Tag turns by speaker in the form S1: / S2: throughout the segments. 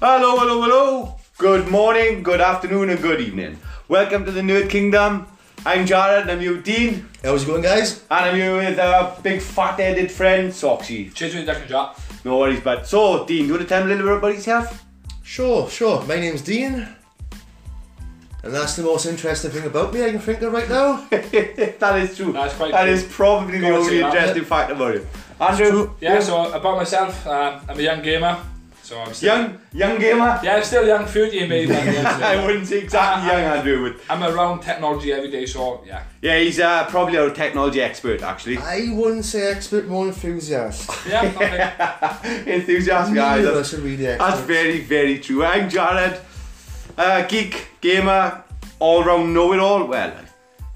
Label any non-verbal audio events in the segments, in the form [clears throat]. S1: Hello, hello, hello. Good morning, good afternoon, and good evening. Welcome to the Nerd Kingdom. I'm Jared, and I'm here with Dean,
S2: How's it going, guys?
S1: and I'm here with our big fat-headed friend Soxy.
S3: Cheers for the introduction, Jack.
S1: No worries, but so Dean, do you want to tell me a little bit about yourself?
S2: Sure, sure. My name's Dean. And that's the most interesting thing about me I can think of
S1: [laughs]
S2: right now.
S1: that is true.
S3: That's quite
S1: That
S3: true.
S1: is probably the
S3: Gotta
S1: only
S3: say that.
S1: interesting fact about it. Andrew,
S3: Yeah, so about myself, uh, I'm a young gamer. So I'm still,
S1: young, young gamer.
S3: Yeah, I'm still young, 30
S1: [laughs]
S3: maybe. but
S1: I
S3: yeah,
S1: wouldn't say exactly young Andrew, but
S3: I'm around technology every day, so yeah.
S1: yeah, he's uh, probably a technology expert actually. [laughs]
S2: I wouldn't say expert, more enthusiast.
S3: Yeah, okay.
S1: Enthusiastic, yeah,
S2: Neither
S1: [laughs]
S2: of
S1: that's-
S2: us are really
S1: That's
S2: experts.
S1: very, very true. I'm Jared, uh, geek, gamer, all round know it all. Well, I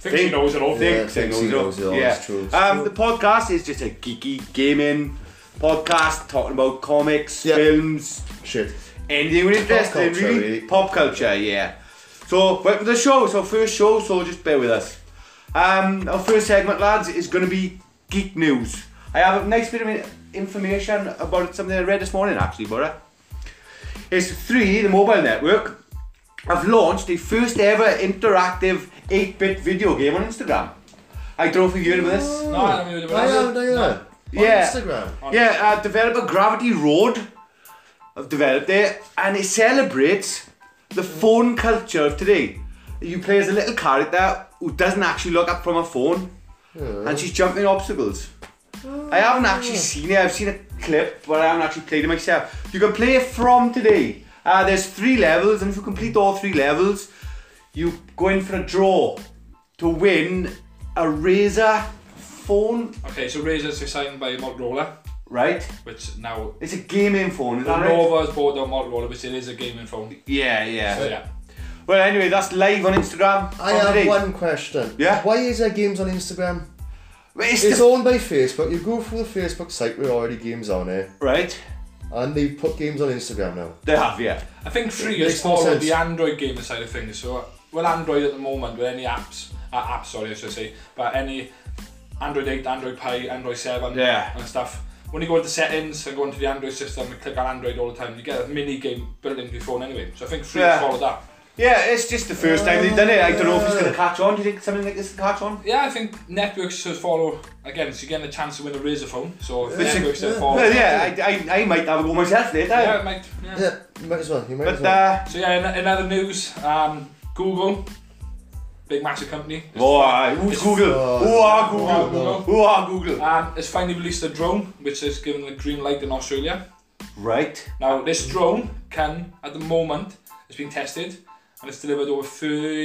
S3: Think she knows it all.
S1: think
S2: Yeah, I think
S1: so,
S2: she
S1: you know.
S2: knows it all,
S1: Yeah.
S2: it's true, it's
S1: Um,
S2: true.
S1: the podcast is just a geeky gaming podcast talking about comics,
S2: Yeah.
S1: films,
S2: Shit.
S1: anything interesting,
S2: culture,
S1: really.
S2: really.
S1: Pop culture, yeah. So, welcome to the show. So, first show, so just bear with us. Um, our first segment, lads, is going to be geek news. I have a nice bit of information about something I read this morning, actually, Bora. It's 3, the mobile network, have launched the first ever interactive 8 bit video game on Instagram. I don't know if you've heard of this.
S3: No, I haven't heard
S2: I am,
S3: about
S2: I
S3: it.
S2: am.
S1: Yeah.
S2: On Instagram.
S1: Yeah, uh, developer Gravity Road have developed it, and it celebrates the phone culture of today. You play as a little character who doesn't actually look up from a phone, and she's jumping obstacles. I haven't actually seen it. I've seen a clip, but I haven't actually played it myself. You can play it from today. Uh, there's three levels, and if you complete all three levels, you go in for a draw to win a Razer phone,
S3: Okay, so Razer's signed by Motorola,
S1: right?
S3: which now
S1: It's a gaming phone, is that right?
S3: Nova's bought out Motorola, which it is a gaming phone.
S1: Yeah, yeah.
S3: So yeah.
S1: Well, anyway, that's live on Instagram.
S2: I
S1: on
S2: have
S1: today.
S2: one question.
S1: Oh, Yeah?
S2: Why is there games on Instagram?
S1: But It's,
S2: It's
S1: the-
S2: owned by Facebook. You go through the Facebook site where already games on it,
S1: right.
S2: and they put games on Instagram now.
S1: They have, yeah.
S3: I think free
S2: Makes
S3: has
S2: more
S3: followed
S2: sense.
S3: the Android gaming side of things. So, well, Android at the moment, with any apps, uh, apps, sorry, I should say, but any Android 8, Android Pie, Android 7,
S1: Yeah.
S3: and stuff. When you go into settings and go into the Android system and click on Android all the time, you get a mini game built into your phone anyway. So I think free
S1: Yeah.
S3: has followed that.
S1: Yeah, it's just the first time they've done it. I don't know if it's
S2: Yeah.
S1: going to catch on. Do you think something like this will catch on?
S3: Yeah, I think networks should follow again. So you're getting a chance to win a Razer phone. So if
S1: Yeah.
S3: networks should
S2: Yeah.
S3: follow.
S1: well, yeah, I, I, I might have a go myself later.
S3: Yeah, it might. Yeah.
S2: Yeah, you might as well. You might as
S1: But,
S2: well.
S1: uh,
S3: So yeah, in, in other news, um, Google, big massive company. is
S1: oh, aye, who's
S3: it's-
S1: Google?
S2: oh,
S1: Who are
S3: Who are
S1: Google?
S3: Google?
S1: Who are Google?
S3: Um, it's finally released a drone, which is given the green light in Australia.
S1: Right.
S3: Now, this drone can, at the moment, it's been tested and it's delivered over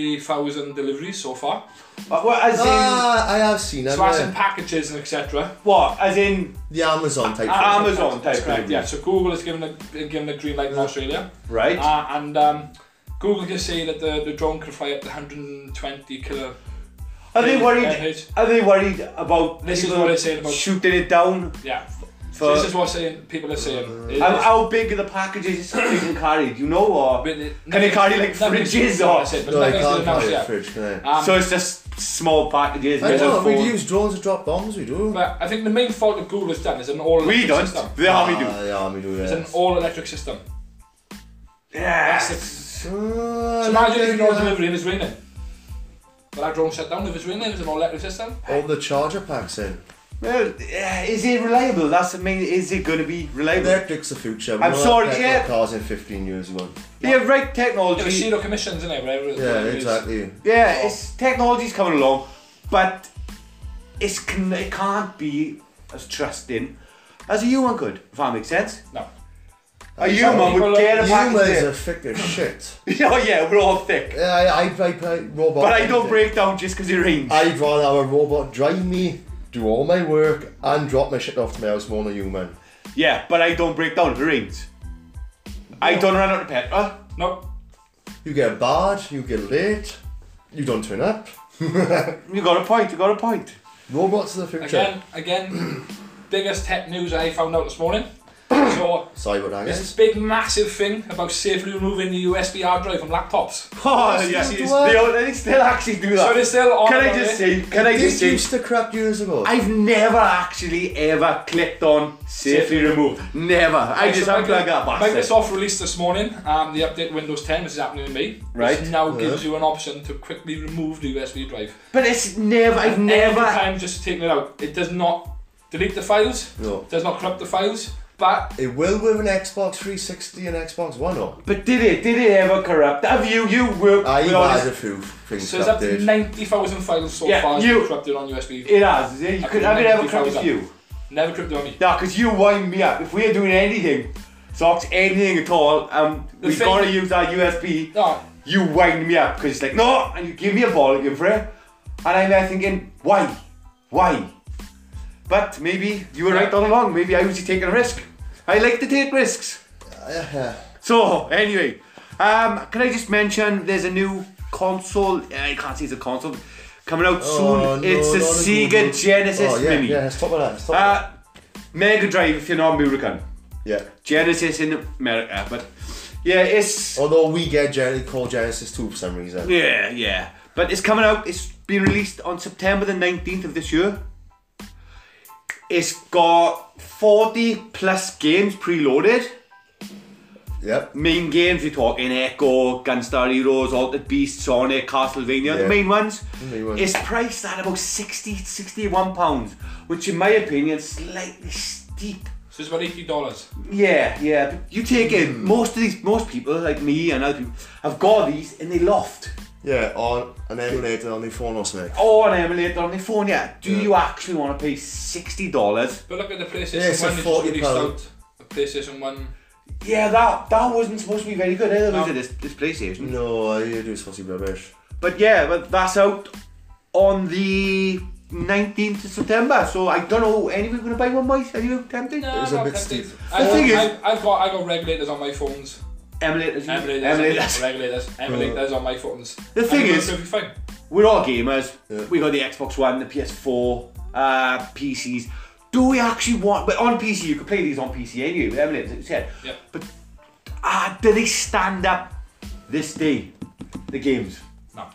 S3: 3,000 deliveries so far.
S1: Uh, well, as in,
S2: ah, I have seen that.
S3: So that's
S2: yeah.
S3: in packages and etc.
S1: what? As in,
S2: The Amazon type.
S1: Ah,
S2: thing.
S1: Amazon
S3: That's
S1: type
S3: correct,
S1: delivery.
S3: Yeah, so Google has given a, given a green light in Australia.
S1: right?
S3: Uh, and um, Google can say that the, the drone can fly up to 120 kilo.
S1: are they worried?
S3: kHz.
S1: Are they worried about
S3: This is
S1: people
S3: what I said about-
S1: shooting it down?
S3: Yeah.
S1: For, Uh,
S3: so this is what saying, people are saying. It-
S1: how,
S3: it's-
S1: how big are the packages they can carry? Do you know or?
S3: but it-
S1: Can they carry, like,
S3: nothing's-
S1: fridges or-
S3: That's it, but
S2: No, I
S3: nothing's been
S2: can't
S3: announced
S2: carry a
S3: yet.
S2: fridge, can I?
S3: Um,
S1: so it's just small packages.
S2: I
S1: with a
S2: know,
S1: phone.
S2: we use drones to drop bombs, we do.
S3: But I think the main fault that Google has done is an all
S1: We
S3: electric
S1: don't.
S3: system.
S1: The army do.
S2: Ah, the army do,
S3: It's
S2: yeah.
S3: an all electric system.
S1: Yeah.
S3: That's it.
S2: Ah,
S3: Imagine
S2: like,
S3: if you're
S2: uh,
S3: not delivering and it's raining. But that drone shut down if it's raining, it was an all electric system.
S2: All the charger packs in.
S1: Well, yeah, is it reliable? That's the main. Is it going to be reliable?
S2: Electric's the future. We
S1: I'm
S2: won't have
S1: sorry,
S2: petrol
S1: yeah.
S2: cars in 15 years, we won't.
S1: Yeah, right.
S3: There was
S1: Technology.
S3: zero commissions in it, whatever it
S2: Yeah,
S3: whatever it is.
S2: exactly.
S1: Yeah, it's technology's coming along, but it's can, it can't be as trusting as a human could. If that makes sense.
S3: No.
S1: A human
S3: people
S1: would
S3: are-
S1: get a
S2: Humans
S1: package.
S2: are thick as shit.
S1: in. [laughs] Oh yeah, we're all thick.
S2: Yeah, I, I, I, play robot.
S1: But I don't
S2: everything.
S1: break down just because it rains.
S2: I'd rather have a robot drive me, do all my work, and drop my shit off to my house more than a human.
S1: yeah, but I don't break down if it rains. I don't run out of petrol.
S3: No.
S2: You get barred, you get late, you don't turn up. [laughs]
S1: You got a point. You got a point.
S2: Robots are the future.
S1: [clears throat]
S3: Again, again, biggest tech news I found out this morning. [coughs] so
S2: Sorry about
S3: there's
S2: that.
S3: this big massive thing about safely removing the USB hard drive from laptops.
S1: [laughs] Oh,
S2: Still
S1: yes,
S2: do
S1: they,
S2: it.
S1: all- they still actually do that.
S3: So they're still on
S1: Can I
S3: about
S1: just
S3: it.
S1: say? Can I just
S2: This
S1: say?
S2: used to crap years ago.
S1: I've never actually ever clicked on safely
S3: Safely
S1: remove. Never. I just
S3: So
S1: unplug
S3: Micro-
S1: that bastard.
S3: Microsoft released this morning um, the update Windows 10, which is happening to me.
S1: Right. Uh-huh.
S3: Which now gives you an option to quickly remove the USB drive.
S1: But it's never. I've
S3: Every
S1: never.
S3: time just taking it out. It does not delete the files.
S2: No.
S3: Does not corrupt the files. But
S2: It will with an Xbox 360 and Xbox One up.
S1: But did it? Did it ever corrupt? Have you? You worked
S2: I've
S1: with all
S2: had
S1: this.
S2: a few things
S3: so there's up to
S2: updated.
S3: 90,000 files so
S1: Yeah,
S3: far
S1: you-
S3: corrupted on USB.
S1: It has. is it? You
S3: I've
S1: could,
S3: been
S1: have it ever
S3: 90
S1: corrupted
S3: times
S1: you?
S3: Never corrupted on me.
S1: Nah, because you wind me up. If we're doing anything, socks, anything at all, um,
S3: The
S1: we
S3: thing-
S1: gotta use our USB.
S3: No,
S1: You wind me up because it's like no, and you give me a ball again for it, and I'm there thinking why, why? But maybe you were right all along. Maybe I was just taking a risk. I like to take risks.
S2: Uh,
S1: So anyway, um, can I just mention there's a new console? I can't see it's a console coming out
S2: oh,
S1: soon.
S2: no,
S1: it's a
S2: not
S1: Sega
S2: Google.
S1: Genesis
S2: oh, yeah,
S1: Mini.
S2: Yeah, let's talk about that. Let's talk about
S1: Uh, Mega Drive if you're not American.
S2: that. Yeah.
S1: Genesis in America, but yeah, it's
S2: Although we get Gen- called Genesis 2 for some reason.
S1: yeah, yeah. But it's coming out. It's been released on September the nineteenth of this year. It's got forty plus games preloaded.
S2: Yep.
S1: Main games you're talking Echo, Gunstar Heroes, Altered Beast, Sonic, Castlevania, the
S2: Yeah.
S1: main ones.
S2: main ones.
S1: It's priced at about 60 61 pounds, which in my opinion is slightly steep.
S3: so it's about $80.
S1: Yeah, yeah. Mm. But you take in most of these, most people like me and other people have got these in their loft
S2: Yeah, on an emulator on the phone or something.
S1: or Oh, an emulator on their phone. Yeah. Do
S2: Yeah.
S1: you actually want to pay sixty dollars?
S3: But look at the PlayStation
S2: Yeah, it's a
S3: 1 they just
S2: £40
S3: released out. The PlayStation 1.
S1: Yeah, that that wasn't supposed to be very good either. Was
S3: No.
S1: it this this PlayStation?
S2: No, you do supposed to be rubbish.
S1: Mm. But yeah, but that's out on the. 19th of September, so I don't know. Anyone gonna buy one, Mike? Are you tempted?
S3: No,
S2: was a
S3: not
S2: bit
S3: tempted.
S2: steep.
S3: I,
S1: The thing is-
S3: I, I've got I got regulators on my phones.
S1: Emulators, you-
S3: Emulators,
S1: emulators.
S3: regulators, emulators on my phones.
S1: The thing is-
S3: it'll be fine.
S1: We're all gamers.
S2: Yeah.
S1: We got the Xbox One, the PS4, uh, PCs. Do we actually want? But on PC, you can play these on PC anyway. With emulators, like you said.
S3: Yeah.
S1: But uh, do they stand up this day? The games.
S3: No.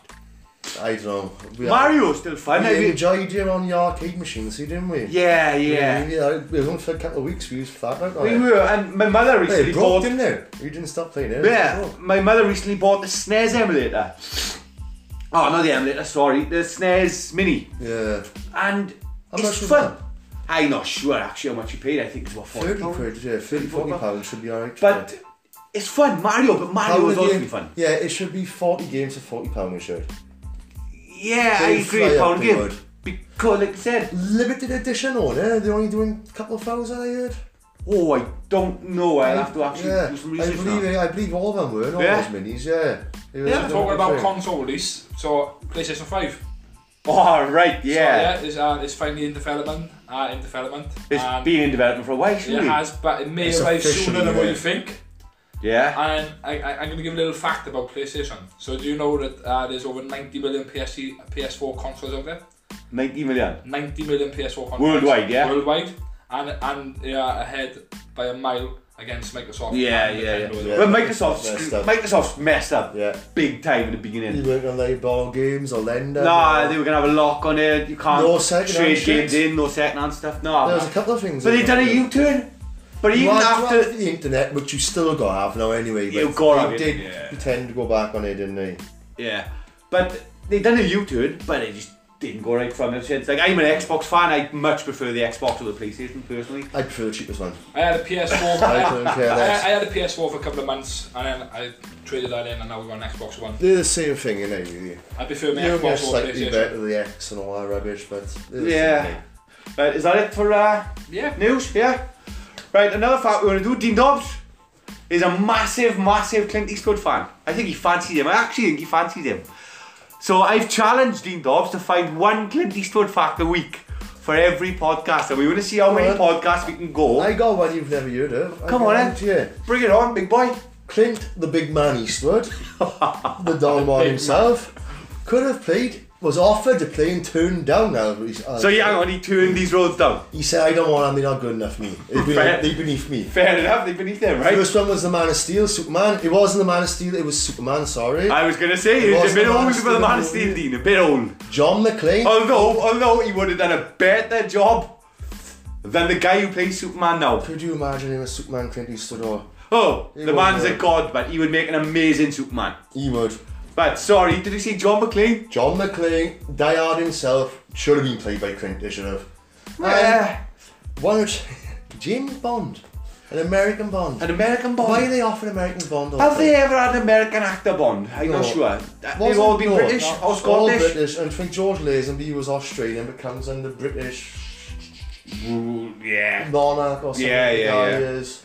S2: I don't know. We,
S1: Mario's still fun. I
S2: we
S1: mean-
S2: enjoyed you on the arcade machine, see, didn't we?
S1: yeah, yeah.
S2: We, we, we only for a couple of weeks, we used flat out on
S1: We
S2: it.
S1: were, and my mother
S2: Hey,
S1: recently
S2: it broke,
S1: bought.
S2: didn't it? You didn't stop playing it. it
S1: Yeah,
S2: broke.
S1: my mother recently bought the SNES emulator. Oh, not the emulator. Sorry, the SNES Mini,
S2: Yeah.
S1: and
S2: How
S1: it's
S2: much was
S1: fun.
S2: that?
S1: I'm not sure actually how much you paid. I think it was what forty
S2: 30
S1: pounds.
S2: quid, yeah. 30, 40 pounds should be alright.
S1: But it's fun, Mario, but Mario
S2: How
S1: is
S2: the
S1: also
S2: game-
S1: be fun.
S2: Yeah, it should be 40 games for 40 pounds, it should.
S1: Yeah, I
S2: They
S1: agree,
S2: fly up
S1: Pound
S2: the
S1: Game.
S2: road.
S1: Because, like I said,
S2: Limited edition on it, they're only doing a couple of thousand, I heard.
S1: oh, I don't know, I'll have to actually
S2: yeah,
S1: do some
S2: I
S1: research.
S2: believe,
S1: now.
S2: I believe all of them were, all
S1: Yeah.
S2: those minis, yeah. They were
S1: Yeah,
S2: just
S3: Talking
S2: doing
S3: about
S2: everything.
S3: console release, so PlayStation 5.
S1: Oh, right, yeah.
S3: So, yeah, it's, uh, it's finally in development. Uh, in development.
S1: It's
S3: and
S1: been in development for a while,
S3: it
S1: surely.
S3: has, but it may
S2: It's
S3: arrive
S2: officially
S3: sooner than what
S2: there.
S3: you think.
S1: Yeah.
S3: And I, I, I'm going to give a little fact about PlayStation. So do you know that uh, there's over 90 million PS- PS4 consoles out there?
S1: 90 million.
S3: 90 million PS4 consoles.
S1: Worldwide, yeah.
S3: Worldwide. And, and they are ahead by a mile against Microsoft.
S1: Yeah,
S3: and
S1: yeah, yeah.
S3: Nintendo.
S2: Yeah.
S1: But Microsoft's,
S2: Messed up.
S1: Microsoft's messed up
S2: Yeah.
S1: big time in the
S2: You
S1: beginning.
S2: worked on like ball games or lender.
S1: Nah,
S2: or-
S1: they were going to have a lock on it. You can't
S2: No second-hand
S1: trade
S2: shit.
S1: games in, no second-hand stuff. No.
S2: There was a couple of things.
S1: but they
S2: in
S1: done a
S2: there.
S1: U-turn. But even
S2: Well,
S1: after...
S2: after the internet, which you still got have now anyway, but
S1: You gotta have
S2: they
S1: it,
S2: did
S1: yeah.
S2: pretend to go back on it, didn't they?
S1: Yeah, but they done a U-turn, but it just didn't go right from it since. Like I'm an Xbox fan, I much prefer the Xbox or the PlayStation personally.
S2: I prefer the cheapest one.
S3: I had a PS4.
S2: I
S3: I,
S2: couldn't care
S3: I,
S1: [laughs]
S2: less.
S3: I had a PS4 for a couple of months, and then I traded that in, and now we've got an Xbox One.
S2: They're the same thing, innit? Really.
S3: I prefer my
S2: You're
S3: Xbox over
S2: slightly
S3: PlayStation.
S2: better the X and all that rubbish, but they're the same
S1: Yeah.
S2: thing.
S1: But is that it for uh,
S3: Yeah.
S1: news? Yeah. Right, another fact we're gonna do. Dean Dobbs is a massive, massive Clint Eastwood fan. I think he fancies him. I actually think he fancies him. So I've challenged Dean Dobbs to find one Clint Eastwood fact a week for every podcast, and we want to see how many
S2: Alright.
S1: podcasts we can go.
S2: I got one you've never heard of. I
S1: Come on, eh?
S2: guarantee you.
S1: Bring it on, big boy. [laughs]
S2: Clint, the big man Eastwood, the Don
S3: man.
S2: himself, could have played was offered to play and turned down. Now, re- uh,
S1: So yeah, hang on, he turned these roads down.
S2: he said, "I don't want them. They're not good enough for me. They
S1: Fair.
S2: beneath, they beneath me."
S1: Fair enough, they beneath them, right?
S2: First one was the Man of Steel, Superman. It wasn't the Man of Steel. It was Superman. Sorry,
S1: I was gonna say
S2: It
S1: it's
S2: was
S1: a bit
S2: the Man
S1: old
S2: of
S1: for the man of
S2: Steel,
S1: steel, Dean, a bit old.
S2: John McClane.
S1: Although, although he would have done a better job than the guy who plays Superman now.
S2: Could you imagine him as Superman Clint Eastwood? Or
S1: Oh, the
S2: would
S1: man's a
S2: work.
S1: god, but he would make an amazing Superman.
S2: he would.
S1: But sorry, did you see John McClane?
S2: John McClane, Die Hard himself, should have been played by Clint. They should have.
S1: Yeah.
S2: Um, one of [laughs] James Bond, an American Bond.
S1: An American Bond.
S2: Why are they offering American Bond? all
S1: Have
S2: the
S1: they
S2: time?
S1: ever had an American actor Bond? I'm not
S2: No.
S1: sure. They've
S2: Wasn't-
S1: all been
S2: no,
S1: British
S2: no,
S1: or
S2: all
S1: Scottish.
S2: British, and I think George Lazenby was Australian, but comes under British
S1: Ooh, yeah.
S2: monarch or something.
S1: Yeah, yeah,
S2: like
S1: yeah.
S2: that is.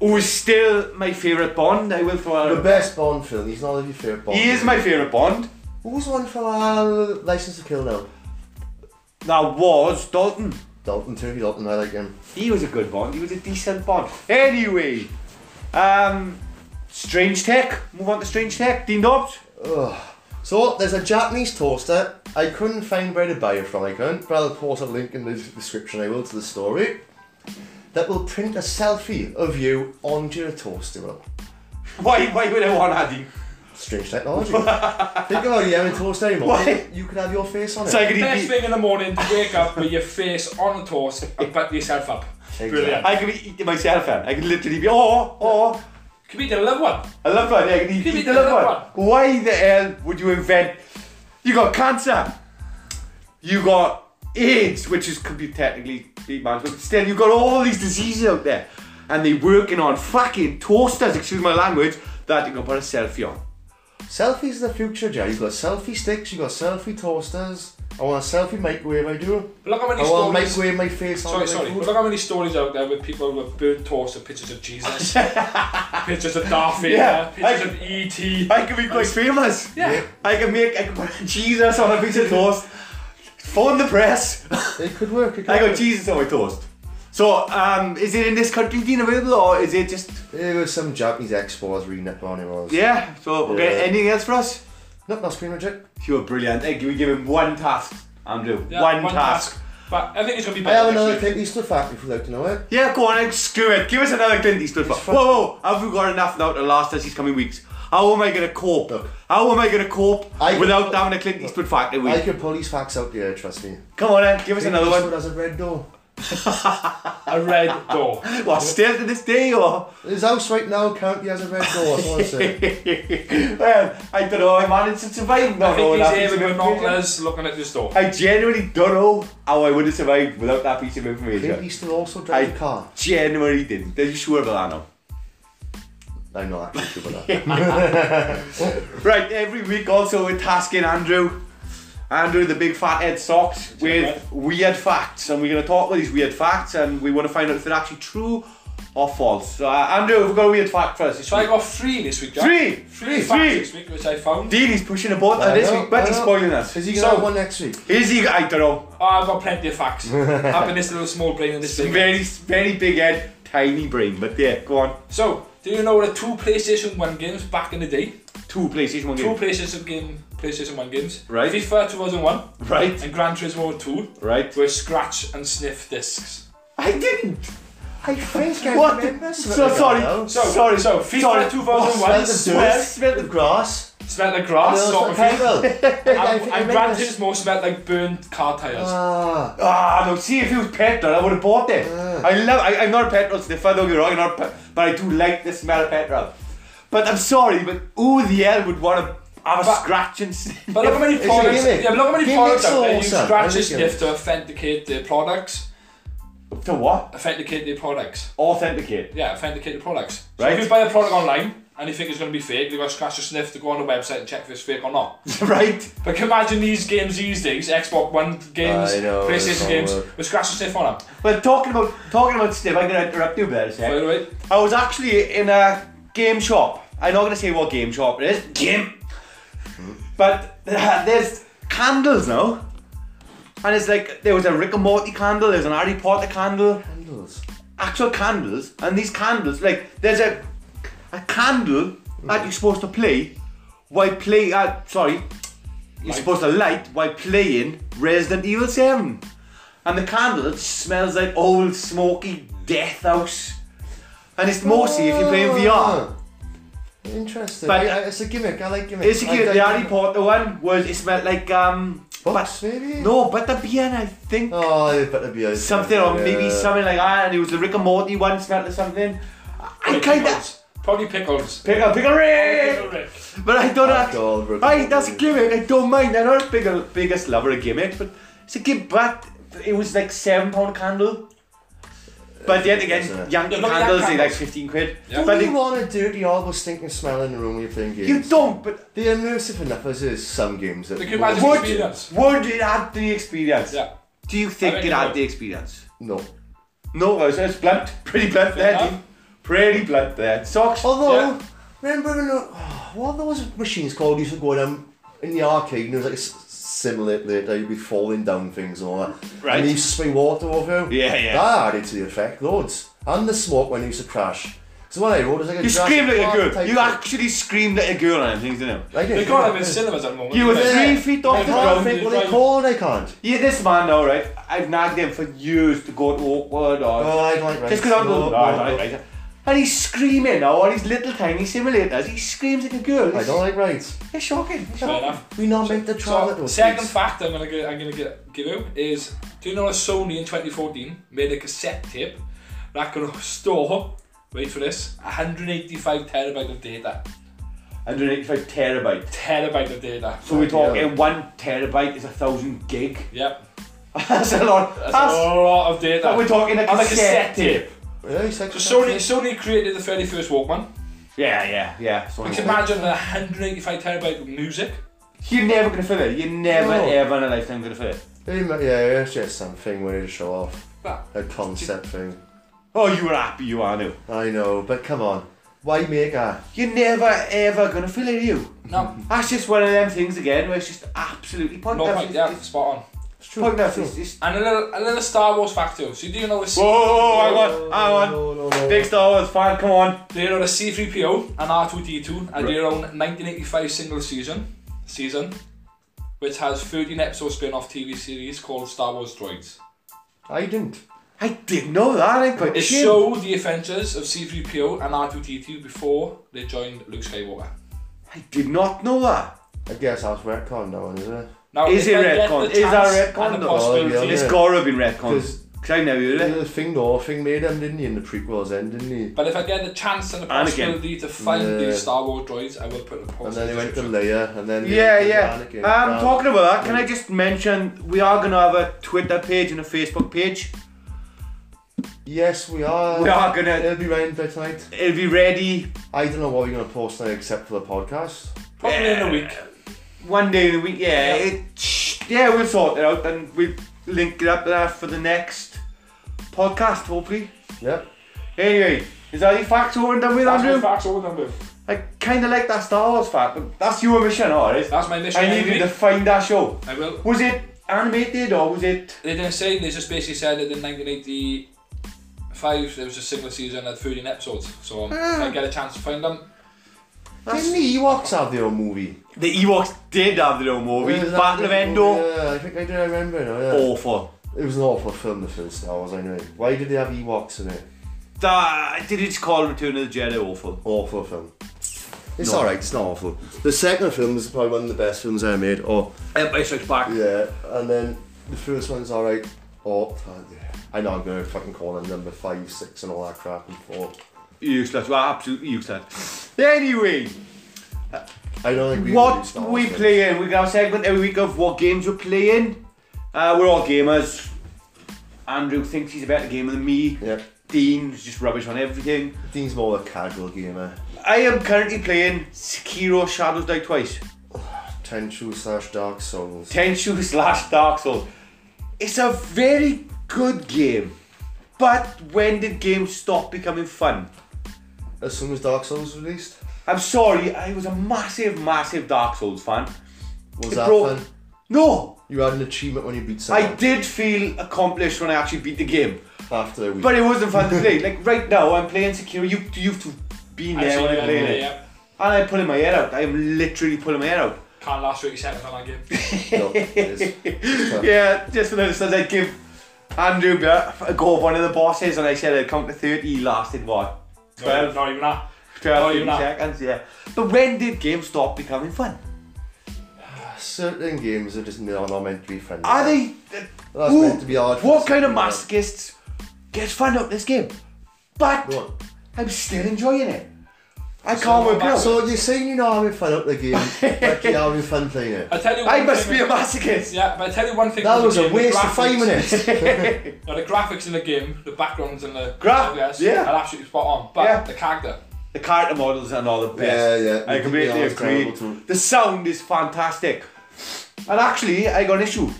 S1: Who is still my favourite Bond? I will throw out.
S2: The best Bond film. He's not your favorite Bond.
S1: He is my favourite Bond.
S2: Who's the one for uh, License to Kill now?
S1: That was Dalton.
S2: Dalton, Timothy Dalton. I like him.
S1: He was a good Bond. He was a decent Bond. Anyway, um, Strange Tech. Move on to Strange Tech. Dean Dobbs.
S2: Ugh. So there's a Japanese toaster. I couldn't find where to buy it from. I couldn't, but I'll post a link in the description. I will to the story. That will print a selfie of you onto your toaster. Will.
S1: Why? Why would I want that? Dean?
S2: Strange
S3: [laughs]
S2: technology. Think about you having a toaster anymore.
S1: Why?
S2: You could have your face on it.
S1: So I could
S3: Best
S1: eat. Be,
S3: thing in the morning to wake up with your face on a toast and butt yourself up. Brilliant.
S1: I could be eating myself. Then I could literally be. Or or
S3: Could be the loved one.
S1: I love one. Yeah, I could eat,
S3: Give me
S1: eat
S3: the
S1: the love
S3: love
S1: one. Why the hell would you invent? You got cancer. You got AIDS, which is could be technically be managed, but still, you got all these diseases out there, and they working on fucking toasters. Excuse my language. That you can put a selfie on.
S2: Selfies are the future, Jerry. You've got selfie sticks, you've got selfie toasters. I want a selfie microwave, I do.
S3: But look how
S2: I
S1: Oh,
S3: many
S2: want to
S3: stories.
S2: microwave my face on
S3: Sorry,
S2: my
S3: sorry.
S2: food.
S3: But look how many stories out there with people who have burnt toast and pictures of Jesus,
S1: [laughs]
S3: pictures of Darth Vader,
S1: Yeah,
S3: pictures
S1: I-
S3: of E E.T.
S1: I could be quite famous.
S3: Yeah.
S1: I could make. I could put Jesus on a piece of toast. Phone the press.
S2: It could work. It could
S1: I got
S2: work.
S1: Jesus on my toast. So, um, is it in this country Dean available, or is it just?
S2: There was some Japanese exporters reading it on it was.
S1: Yeah. So, okay.
S2: Yeah.
S1: Anything else for us?
S2: Nope, that's pretty much it.
S1: You were brilliant. Hey, we give him one task, Andrew.
S3: Yeah,
S1: one, task.
S3: But I think it's gonna be
S2: I have
S3: better.
S2: another
S3: next week.
S2: Clint Eastwood fact if you'd like to know it.
S1: Yeah, go on, and screw it. Give us another Clint Eastwood. Whoa,
S2: fun.
S1: whoa, have we got enough now to last us these coming weeks? How am I going to cope? How am I going to cope
S2: I-
S1: without having a Clint Eastwood fact a week?
S2: I could pull these facts out here, trust me.
S1: Come on, then, give us another
S2: Clint Eastwood
S1: one.
S2: has a red door.
S3: A red
S1: [laughs]
S3: door.
S1: What, still to this day, or?
S2: His house right now currently has a red door, that's all I'm
S1: [laughs]
S2: saying.
S1: well, I don't know. I managed to survive.
S3: I
S1: Not all
S3: think he's
S1: that
S3: here
S1: piece
S3: with
S1: of information.
S3: binoculars looking at this door.
S1: I genuinely don't know how I would have survived without that piece of
S2: Clint
S1: information.
S2: Eastwood also
S1: I-
S2: drives a car.
S1: Genuinely didn't. Are you sure about that now?
S2: I'm not actually sure about that.
S1: Right, every week also we're tasking Andrew. Andrew, the big fat head socks, with weird facts. And we're going to talk about these weird facts and we want to find out if they're actually true or false. So, uh, Andrew, we've got a weird fact for us. It's
S3: So I got three this week. Jack.
S1: Three!
S3: Three, facts
S1: Three!
S3: this week which I found.
S1: Dean, he's pushing a button
S2: I
S1: this
S2: know,
S1: week, but
S2: I
S1: he's
S2: know.
S1: spoiling us.
S2: [laughs] Is he
S1: So-
S2: gonna have one next week?
S1: Is he? I don't know.
S3: Oh, I've got plenty
S1: [laughs]
S3: of facts. Up in this little small brain and this big.
S1: Very, very big head, tiny brain. But yeah, go on.
S3: So, do you know the two PlayStation 1 games back in the day?
S1: Two PlayStation 1
S3: Two
S1: game.
S3: PlayStation game, PlayStation 1 games.
S1: Right.
S3: FIFA 2001
S1: Right,
S3: and Gran Turismo 2
S1: right.
S3: were scratch and sniff discs.
S1: I didn't.
S2: I think I
S1: What?
S2: remember something
S1: So
S2: like that
S1: sorry.
S2: now.
S1: So,
S3: So-
S1: sorry.
S3: so FIFA
S1: sorry.
S3: 2001
S1: Oh, smell the
S2: Smell,
S1: dirt, smell
S2: smell the grass.
S3: Smelled like
S1: Ah,
S3: grass, sort of
S1: [laughs]
S3: thing.
S2: Smell the kettle. I
S3: And,
S2: think I
S3: and
S2: remember
S3: Gran
S2: this.
S3: Turismo smelled like burned car tyres.
S2: Ah,
S1: Ah, no, see if it was petrol, I would have bought it.
S2: Ah.
S1: I love, I, I'm not a petrol sniffer, don't get me wrong, I'm not, a pe- but I do like the smell of petrol. But I'm sorry, but who the hell would want to have a
S3: But-
S1: scratch and sniff?
S3: But look how many
S2: It's a
S3: products,
S2: gimmick.
S3: yeah, but look how many
S2: Gimmicks
S3: products out
S2: are
S3: there use
S2: awesome.
S3: scratch
S2: I
S3: and
S2: like
S3: sniff to authenticate their products.
S1: [laughs] To what?
S3: Authenticate their products.
S1: Authenticate. [laughs]
S3: Yeah, authenticate the products. So
S1: Right.
S3: if you buy a product online and you think it's going to be fake, you've got to scratch a sniff to go on the website and check if it's fake or not.
S1: right?
S3: But can you imagine these games these days, Xbox One games,
S2: I know, it's
S3: PlayStation
S2: not
S3: games,
S2: work.
S3: with scratch and sniff on them.
S1: Well, talking about, talking about sniff, I'm going to interrupt you there a
S3: By
S1: sec.
S3: the way,
S1: I was actually in a game shop. I'm not going to say what game shop it is. Game. But [laughs] there's candles now. And it's like, there was a Rick and Morty candle, there was an Harry Potter candle.
S2: candles.
S1: actual candles, and these candles, like there's a a candle that you're supposed to play while play. Uh, sorry, you're supposed to light while playing Resident Evil 7. And the candle it smells like old smoky death house. And it's mostly if you're playing VR.
S2: Oh. Ah. Interesting.
S1: But-
S2: I, I, it's a gimmick. I like
S1: It's
S2: gimmicks. I
S1: like
S2: like
S1: the Harry
S2: gimmicks.
S1: Potter one was it smelled like um
S2: Books, maybe?
S1: no but the beer I think
S2: Oh, it better be a
S1: something or maybe
S2: yeah.
S1: something like that and it was the Rick and Morty one smelled like something. I
S3: Probably
S1: kind of
S3: pickles. Probably pickles.
S1: pickle pickle Rick, but I don't
S2: Fuck
S1: act.
S2: all, Rick and
S1: Hey, that's a
S2: Morty.
S1: gimmick. I don't mind. I'm not a bigger, biggest lover of gimmick, but it's a gimmick. But it was like seven pound candle. But yet again,
S2: Isn't it?
S1: Yankee
S3: Yeah, look at
S1: candles
S3: that
S1: they like
S3: candles.
S1: fifteen quid.
S3: Yeah.
S1: But
S2: Don't you
S1: they,
S2: want a dirty, almost stinking smell in the room when you're playing games?
S1: you don't. But
S2: The immersive enough as is some games that
S3: They could imagine-
S1: would
S3: Experience.
S1: would it add the experience?
S3: Yeah.
S1: Do you
S3: I
S1: think
S3: think
S1: it
S3: it
S1: had
S3: would.
S1: the experience?
S2: no.
S1: No, I was, I was blunt, [laughs] pretty blunt there.
S3: enough.
S1: Dean. Pretty blunt there. Socks.
S2: Although,
S3: Yeah.
S2: remember when, uh, what are those machines called used to go down in the arcade and it was like a s- simulator, you'd be falling down things and all that.
S1: Right.
S2: And they used to spray water over you.
S1: Yeah, yeah.
S2: That added to the effect, loads. And the smoke when it used to crash. So what I wrote is like a
S1: You
S2: Jurassic
S1: screamed like a
S2: Park
S1: girl.
S2: type
S1: You
S2: thing.
S1: actually screamed like a girl and things, didn't you?
S2: Like
S3: They
S2: it-
S3: got them in cinemas at the moment.
S1: You were
S3: Yeah.
S1: three feet
S2: I
S1: off the
S2: can't
S1: ground.
S2: think what
S3: Right.
S2: they called, I can't.
S1: Yeah, this man now, right? I've nagged him for years to go to Oakwood or
S2: Oh, I don't like rice.
S1: just because I'm
S2: No,
S1: going.
S2: no,
S1: "Ah,
S2: no.
S1: right, right." And he's screaming now on his little tiny simulators. He screams like a girl.
S2: I
S1: It's,
S2: don't like rights.
S1: it's shocking. It's
S3: Fair
S1: shocking.
S3: enough.
S2: We not meant to travel at
S3: So,
S2: those
S3: second
S2: speeds.
S3: fact I'm gonna get, I'm gonna get, give you is, do you know that Sony in 2014 made a cassette tape that can store, wait for this, 185 terabyte of data.
S1: 185 terabyte.
S3: Terabyte of data.
S1: So we're
S2: Fucking hell.
S1: talking one terabyte is a thousand gig. [laughs]
S3: Yep.
S1: That's a lot.
S3: That's,
S1: That's,
S3: a lot of data.
S1: we're talking a
S3: And a
S1: cassette,
S3: cassette
S1: tape.
S3: tape.
S2: Yeah, you said
S3: So Sony, Sony created the very first Walkman.
S1: Yeah, yeah, yeah. So
S3: Can you imagine a 185 terabyte of music?
S1: You're never gonna fit it. You're never,
S2: No.
S1: ever in a lifetime gonna fit it.
S2: Yeah, yeah, it's just something we need to show off.
S3: That.
S2: A concept thing.
S1: Oh, you were happy, you are now.
S2: I know, but come on. Why make a
S1: You're never, ever gonna fit it, are you.
S3: No.
S1: That's just one of them things again where it's just absolutely
S3: [laughs] No
S1: pointless.
S3: point,
S1: It's-
S3: yeah,
S1: it's
S3: spot on.
S2: It's true.
S1: Pointless.
S2: true.
S1: It's just.
S3: And a little, a little Star Wars fact too. So do you know the
S1: Whoa, whoa, whoa, I want, I want.
S2: No, no, no.
S1: Big Star Wars fan, come on.
S3: They are a C3PO and R2D2 and their own 1985 single season, season, which has 13 episode spin-off TV series called Star Wars Droids.
S2: I didn't.
S1: I didn't know that. eh, I'm quite
S3: It
S1: ashamed.
S3: showed the adventures of C3PO and R2D2 before they joined Luke Skywalker.
S1: I did not know that.
S2: I guess that's retcon now, isn't it?
S3: Now,
S1: Is
S3: if
S1: it
S3: I get
S1: retcon?
S3: the
S1: Is that
S3: chance
S1: retcon
S3: And the
S1: though?
S3: possibility,
S2: Oh, yeah.
S1: It's gotta have been retcons.
S2: Because-
S1: Because I never heard it.
S2: The thing the thing made him, didn't he, in the prequels end, didn't he?
S3: But if I get the chance and the
S1: Anakin.
S3: possibility to find
S2: Yeah.
S3: these Star Wars droids, I will put a post.
S2: And then he
S3: in
S2: went to
S3: description.
S2: Leia, and then he
S1: Yeah,
S2: went to
S1: yeah.
S2: Anakin.
S1: Um,
S2: Wow.
S1: talking about that, can I just mention we are gonna have a Twitter page and a Facebook page.
S2: Yes, we are.
S1: We are gonna.
S2: It'll be round by tonight.
S1: It'll be ready
S2: I don't know what we're gonna post now except for the podcast.
S3: Probably in a week.
S1: one day in the week. Yeah,
S3: Yeah.
S1: it, shh, yeah, we'll sort it out and we'll link it up there for the next podcast, hopefully.
S2: Yep.
S1: Anyway, is that your facts over and done with,
S3: That's my
S1: Andrew?
S3: facts all number.
S1: I kind of like that Star Wars fact, but that's your mission, alright?
S3: That's my mission.
S1: I need
S3: every
S1: you to
S3: week.
S1: find that show.
S3: I will.
S1: Was it animated or was it.
S3: They didn't say, they just basically said that in 1985 there was a single season at 13 episodes. So um, if
S1: Ah.
S3: I get a chance to find them,
S2: Didn't the Ewoks have their own movie?
S1: The Ewoks did have their own movie,
S2: Yeah, that
S1: Battle
S2: big
S1: of Endor.
S2: movie, Yeah, I think I do remember now, yeah.
S1: Awful.
S2: It was an awful film, the first Star Wars, I know. Why did they have Ewoks in it?
S1: That, did it's called Return of the Jedi awful?
S2: Awful film. It's
S1: No.
S2: alright, it's not awful. The second film is probably one of the best films I made. Oh,
S1: Empire Strikes Back.
S2: yeah. And then the first one's alright. Oh, I know I'm going to fucking call them number five, six, and all that crap and four.
S1: Useless, well, absolutely useless. Anyway,
S2: I don't think we do
S1: what
S2: Star
S1: we
S2: Wars
S1: playing? We got a segment every week of what games we're playing. Uh, we're all gamers. Andrew thinks he's a better gamer than me.
S2: films. Yeah.
S1: Dean's just rubbish on everything.
S2: Dean's more of a casual gamer.
S1: I am currently playing Sekiro Shadows Die Twice.
S2: Tenchu slash Dark Souls.
S1: Tenchu slash Dark Souls. It's a very good game. But when did games stop becoming fun?
S2: as soon as Dark Souls was released,
S1: I'm sorry, I was a massive, massive Dark Souls fan.
S2: was
S1: It
S2: that
S1: broke-
S2: fun?
S1: No,
S2: You had an achievement when you beat someone
S1: I did feel accomplished when I actually beat the game,
S2: after a week.
S1: but it wasn't fun to
S2: [laughs]
S1: play. Like right now, I'm playing Sekiro. You, you've been
S3: I've
S1: there
S3: seen
S1: when
S3: you
S1: I'm playing
S3: on
S1: it,
S3: the- yeah.
S1: and I'm pulling my hair out. I am literally pulling my hair out.
S3: Can't last 30 seconds on that
S1: [laughs]
S3: game.
S2: No, it is.
S1: Yeah, just for those I give Andrew Burt a go of one of the bosses, and I said I'd count to 30, he lasted what?
S3: No,
S1: 12,
S3: not even that.
S1: 12
S2: Oh,
S3: not
S1: 13
S3: even that.
S1: seconds, yeah. But when did games stop becoming fun?
S2: [laughs] Certain games are just not not meant to be friendly.
S1: Are they.
S2: That's
S1: who-
S2: meant to be hard. for
S1: What
S2: us.
S1: kind of
S2: No.
S1: masochists gets fun out of this game? But
S2: Go on.
S1: I'm still enjoying it. I can't work it out.
S2: So you're saying you're not having fun at
S1: [laughs]
S2: the game, but you're having fun playing it.
S3: I tell you
S1: I
S3: one
S1: must
S3: thing-
S1: be a masochist.
S3: Yeah, but I tell you one thing.
S2: That
S3: with
S2: was
S3: the
S2: a
S3: game, the
S2: waste of five
S3: graphics-
S1: [laughs]
S2: minutes.
S3: Now, the graphics in the game, the backgrounds and the
S1: Gra-
S3: yes,
S1: yeah.
S3: are absolutely spot on. But
S1: Yeah.
S3: the character,
S1: The character models are not the
S2: Yeah,
S1: best.
S2: yeah.
S1: I
S2: The
S1: completely
S2: DPI is
S1: agree.
S2: terrible too.
S1: The sound is fantastic. And actually, I got an issue.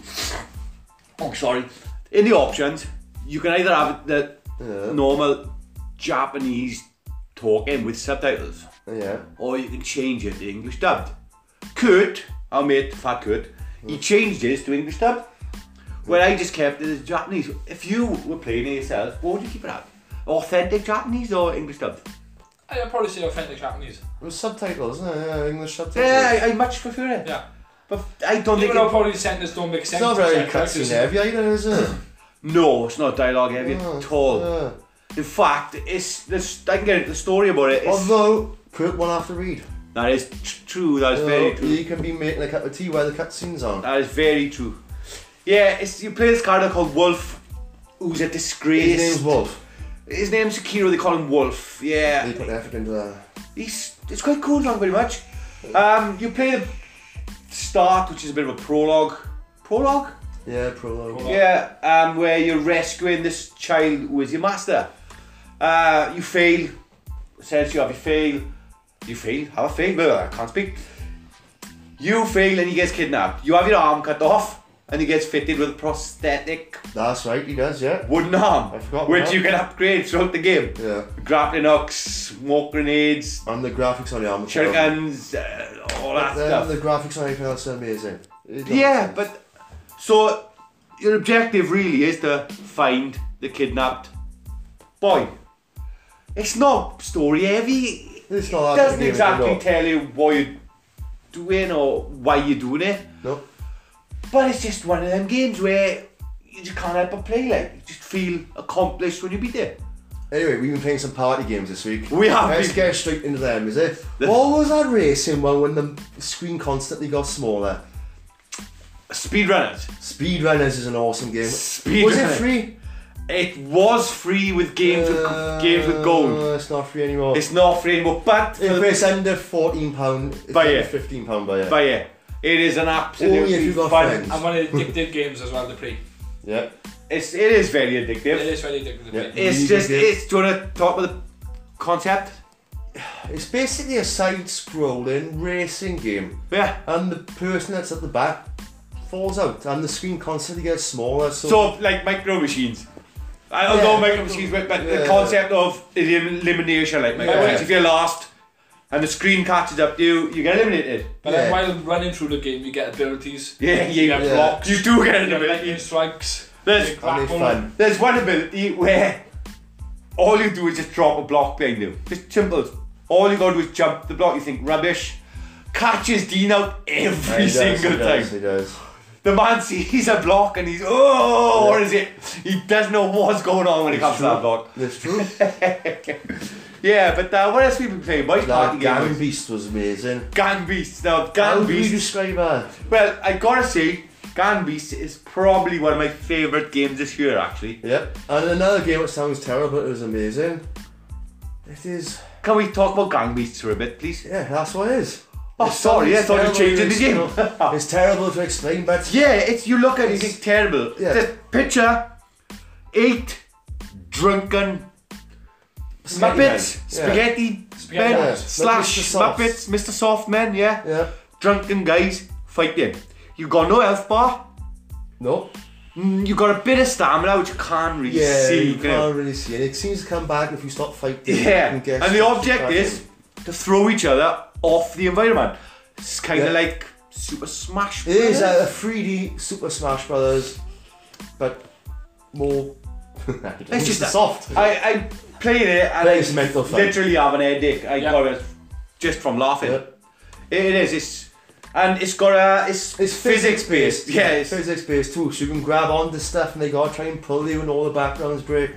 S1: Oh, sorry. In the options, you can either have the
S2: Yeah.
S1: normal Japanese talking with subtitles,
S2: yeah.
S1: or you can change it to English dubbed. Kurt, our mate Fat Kurt,
S2: Hmm.
S1: he changed this to English dubbed, where I just kept it as Japanese. If you were playing it yourself, what would you keep it at? Authentic Japanese or English dubbed?
S3: I'd probably say authentic Japanese.
S2: It was subtitles, isn't it? Yeah, English subtitles.
S1: Yeah, I, I much prefer it.
S3: Yeah.
S1: But I don't
S3: Even
S1: think.
S3: though
S1: It,
S3: probably the sentences don't make
S2: It's
S3: sense.
S2: not
S3: to
S2: very
S3: certain
S2: cutscene
S3: characters.
S2: heavy either, is it?
S1: [laughs] no, it's not dialogue heavy
S2: No,
S1: at all.
S2: yeah.
S1: In fact, it's this. I can get into the story about it. It's,
S2: Although, Kurt will have to read.
S1: that is tr- true. That is
S2: You
S1: very
S2: know,
S1: true.
S2: You can be making a cup of tea while the cutscenes on.
S1: That is very true. Yeah, it's you play this character called Wolf, who's a disgrace.
S2: His name's Wolf.
S1: His name's Sekiro. They call him Wolf.
S2: They put
S1: Yeah,
S2: effort into that.
S1: he's it's quite cool. Not very much. Um, you play the start, which is a bit of a prologue. Prologue.
S2: Yeah, prologue.
S1: Yeah, um, where you're rescuing this child who is your master. Uh, you fail. Essentially, have you fail? You fail. Have a fail. Blah, I can't speak. You fail and he gets kidnapped. You have your arm cut off and he gets fitted with a prosthetic
S2: That's right, he does, yeah.
S1: wooden arm,
S2: I forgot
S1: which
S2: that.
S1: you can upgrade throughout the game.
S2: Yeah.
S1: Grappling hooks, smoke grenades,
S2: And the graphics on the armor.
S1: shurikens, uh, all that stuff.
S2: Um, the graphics on everything else are amazing. It doesn't-
S1: Yeah, but so your objective really is to find the kidnapped boy. It's not story heavy.
S2: It's not
S1: It
S2: that
S1: doesn't
S2: big a game,
S1: exactly
S2: no.
S1: tell you what you're doing or why you're doing it.
S2: No.
S1: But it's just one of them games where you just can't help but play. Like you just feel accomplished when you beat it.
S2: Anyway, we've been playing some party games this week.
S1: We have
S2: Let's
S1: been-
S2: get straight into them, is it?
S1: The-
S2: What was that racing one when the screen constantly got smaller?
S1: Speedrunners.
S2: Speedrunners is an awesome game. Was it
S1: Speedrunner.
S2: free?
S1: It was free with games
S2: Uh,
S1: with games with gold.
S2: It's not free anymore.
S1: It's not free anymore, but for
S2: if
S1: the
S2: it's under fourteen pound, it's
S1: Buy
S2: under
S1: it.
S2: fifteen pound buy it.
S1: But yeah, it is an
S2: Only if
S1: absolutely
S2: you've got
S1: fun.
S2: friends.
S3: And one of the addictive games as well to play.
S2: yeah.
S1: It's it is very
S3: It
S1: addictive.
S3: is very addictive to
S2: Yeah.
S3: play.
S1: It's
S2: Really
S1: just
S2: good.
S1: it's. Do you want to talk about the concept?
S2: It's basically a side-scrolling racing game,
S1: Yeah.
S2: and the person that's at the back falls out, and the screen constantly gets smaller. So,
S1: So like micro machines. I don't
S2: Yeah.
S1: know micro machines, but, but the
S2: Yeah.
S1: concept of elim- elimination, like micro
S2: Yeah.
S1: machines, if you're last and the screen catches up to you, you get eliminated.
S3: But
S2: Yeah.
S3: then while running through the game, you get abilities.
S1: Yeah,
S3: You
S1: you,
S3: get
S2: Yeah.
S3: blocks.
S1: you do get
S3: You get lightning
S1: eliminated.
S3: strikes.
S1: There's
S2: and it's
S3: Crack on.
S2: fun.
S1: there's one ability where all you do is just drop a block behind you. Just simple. All you gotta do is jump the block. You think rubbish. Catches Dean out every
S2: He does, he
S1: single time.
S2: does, he does.
S1: The man sees a block and he's oh, what is it? He doesn't know what's going on when it comes to that block. [laughs]
S2: That's true.
S1: Yeah, but uh, what else we been playing? Boys
S2: That
S1: party
S2: Gang
S1: games.
S2: Beast was amazing.
S1: Gang Beasts. Now,
S2: How
S1: Gang
S2: do you
S1: Beasts.
S2: describe that?
S1: Well, I gotta say, Gang Beasts is probably one of my favourite games this year, actually.
S2: Yep. And another game that sounds terrible, but it was amazing. It is.
S1: Can we talk about Gang Beasts for a bit, please?
S2: Yeah, that's what it is.
S1: Oh,
S2: It's
S1: sorry, I
S2: something
S1: thought you
S2: terrible
S1: changed
S2: to
S1: the
S2: explain.
S1: [laughs] game.
S2: it's terrible to explain, but
S1: Yeah, it's you look at it,
S2: It's-
S1: it's terrible.
S2: yeah.
S1: The picture, eight drunken
S2: Spaghetti
S1: Muppets,
S2: men. Yeah.
S1: spaghetti,
S3: Spaghetti
S1: men,
S2: men.
S1: slash
S2: Mr. Soft.
S1: Muppets, Mr. Soft Men, yeah.
S2: Yeah.
S1: Drunken guys fighting. You got no health bar.
S2: No.
S1: mm, You got a bit of stamina, which you can't really
S2: Yeah,
S1: see.
S2: you
S1: can you?
S2: can't really see it. It seems to come back if you stop fighting.
S1: Yeah,
S2: you can guess
S1: and the
S2: what's
S1: object
S2: back
S1: is
S2: in.
S1: to throw each other off the environment. It's kind of
S2: Yeah.
S1: like Super Smash.
S2: It is uh,
S1: Brothers.
S2: a 3D Super Smash Brothers, but
S1: [laughs]
S2: more.
S1: It's
S2: it's
S1: just that-
S2: soft.
S1: I, I played it and
S2: Plays
S1: I
S2: mental fun.
S1: literally have an headache. I
S3: Yeah.
S1: got it just from laughing.
S2: Yeah.
S1: It is. It's and it's got a it's
S2: It's
S1: physics based. Yeah,
S2: it's
S1: it's,
S2: physics based too, so you can grab onto stuff and they gotta try and pull you and all the backgrounds break.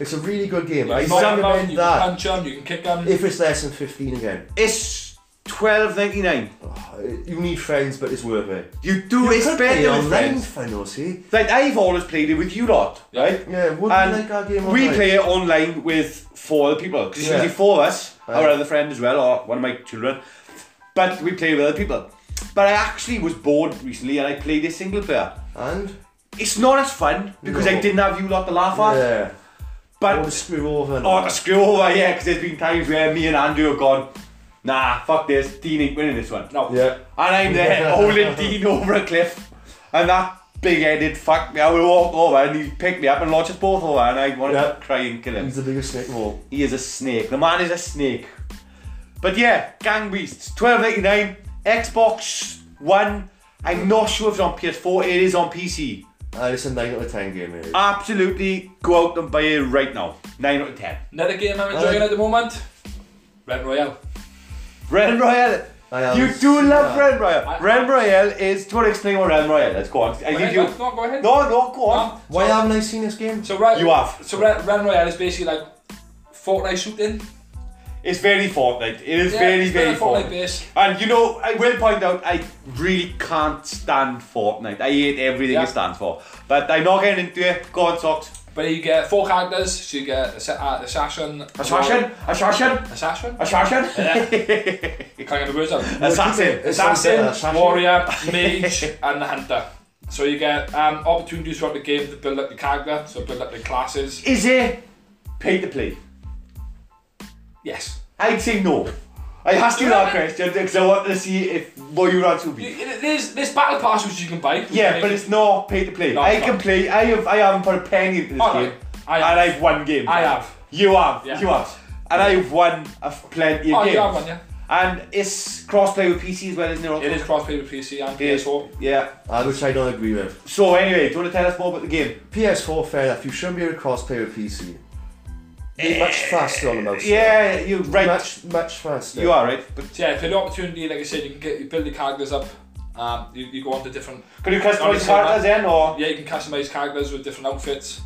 S2: It's a really good game. I
S3: You can knock 'em out,
S2: recommend
S3: you can
S2: that
S3: punch 'em, you can kick 'em.
S2: if it's less than 15 again.
S1: it's twelve ninety nine.
S2: Oh, you need friends, but it's worth it.
S1: You do it's
S2: could
S1: better
S2: play
S1: with
S2: online
S1: friends.
S2: funnel, see?
S1: Like I've always played it with you lot,
S3: Yeah.
S1: right?
S2: Yeah, would you
S1: And
S2: like our game
S1: We
S2: online?
S1: play it online with four other people because it's
S2: Yeah.
S1: usually four of us,
S2: Right.
S1: our other friend as well, or one of my children. But we play with other people. But I actually was bored recently and I played a single player.
S2: And?
S1: It's not as fun because I
S2: No.
S1: didn't have you lot to laugh at.
S2: Yeah. I want
S1: But
S2: to screw over. and-
S1: oh, the screw over, yeah, because there's been times where me and Andrew have gone, nah, fuck this, Dean ain't winning this one.
S3: No.
S2: yeah.
S1: And I'm
S2: er
S1: there holding Dean over a cliff, and that big-headed fuck me. I will walk over and he picked me up and launched us both over, and I wanted
S2: Yeah.
S1: to cry and kill him.
S2: He's the biggest snake wall.
S1: He is a snake. The man is a snake. But yeah, Gang Beasts, twelve ninety nine, Xbox One. I'm not sure if it's on PS4. It is on PC.
S2: Uh, it's a 9 out of 10 game, really.
S1: Absolutely, go out and buy it right now. Nine out of ten.
S3: Another game I'm enjoying
S2: Uh,
S3: at the moment. Red Royale.
S1: Ren Royale.
S2: I am-
S1: You do love
S2: yeah.
S1: Ren Royale.
S3: I-
S1: Ren Royale is. Do you want to explain what Ren Royale is? Go on. I give you.
S3: No, no, go ahead.
S1: No, no, go on.
S3: Um,
S2: Why
S3: so-
S2: haven't I seen this game?
S3: So Red,
S1: You have.
S3: So Red, Red Royale is basically like Fortnite shooting.
S1: It's very Fortnite. It is
S3: Yeah,
S1: very,
S3: it's very
S1: very
S3: Fortnite
S1: Fortnite.
S3: based.
S1: And you know, I will point out, I really can't stand Fortnite. I hate everything
S3: Yeah.
S1: it stands for. But I'm not getting into it. Go on, socks.
S3: But you get four characters, so you get assa- uh, assassin,
S1: Assassin, assassin,
S3: assassin.
S1: assassin,
S3: [laughs] You can't get the words out.
S1: assassin,
S2: It's
S3: Assassin,
S2: like, uh, assassin.
S3: warrior, mage,
S1: [laughs]
S3: and the hunter. So you get um, opportunities throughout the game to build up your character, so build up your classes.
S1: Is it pay to play?
S3: Yes.
S1: I'd say no. I asked you that
S3: Yeah.
S1: question because I wanted to see if what your answer would
S3: You-
S1: be.
S3: you- There's there's battle pass which you can buy.
S1: Yeah, but it's not pay to play.
S3: No,
S1: I
S3: it's
S1: can
S3: not.
S1: play. I have. I haven't put a penny into this
S3: Oh, no.
S1: game,
S3: I
S1: and
S3: have.
S1: I've won games.
S3: I have.
S1: You have.
S3: Yeah.
S1: You have. And I've won a f- plenty of
S3: Oh,
S1: games.
S3: you have one, yeah.
S1: And it's cross-play with PC as well, isn't it? also?
S3: It is crossplay with PC and
S1: Yeah.
S3: PS4.
S1: Yeah.
S2: Uh, which I don't agree with.
S1: So anyway, do you want to tell us more about the game?
S2: PS4, fair enough. You shouldn't be able to cross-play with PC. Be much faster on the mouse.
S1: Yeah, you're right.
S2: Much, much faster.
S1: You are right. But
S3: So yeah, for the opportunity, like I said, you can get you build your characters up. Um, you, you go on to different.
S1: can you
S3: Obviously,
S1: customize
S3: man.
S1: characters in or?
S3: Yeah, you can customize characters with different outfits.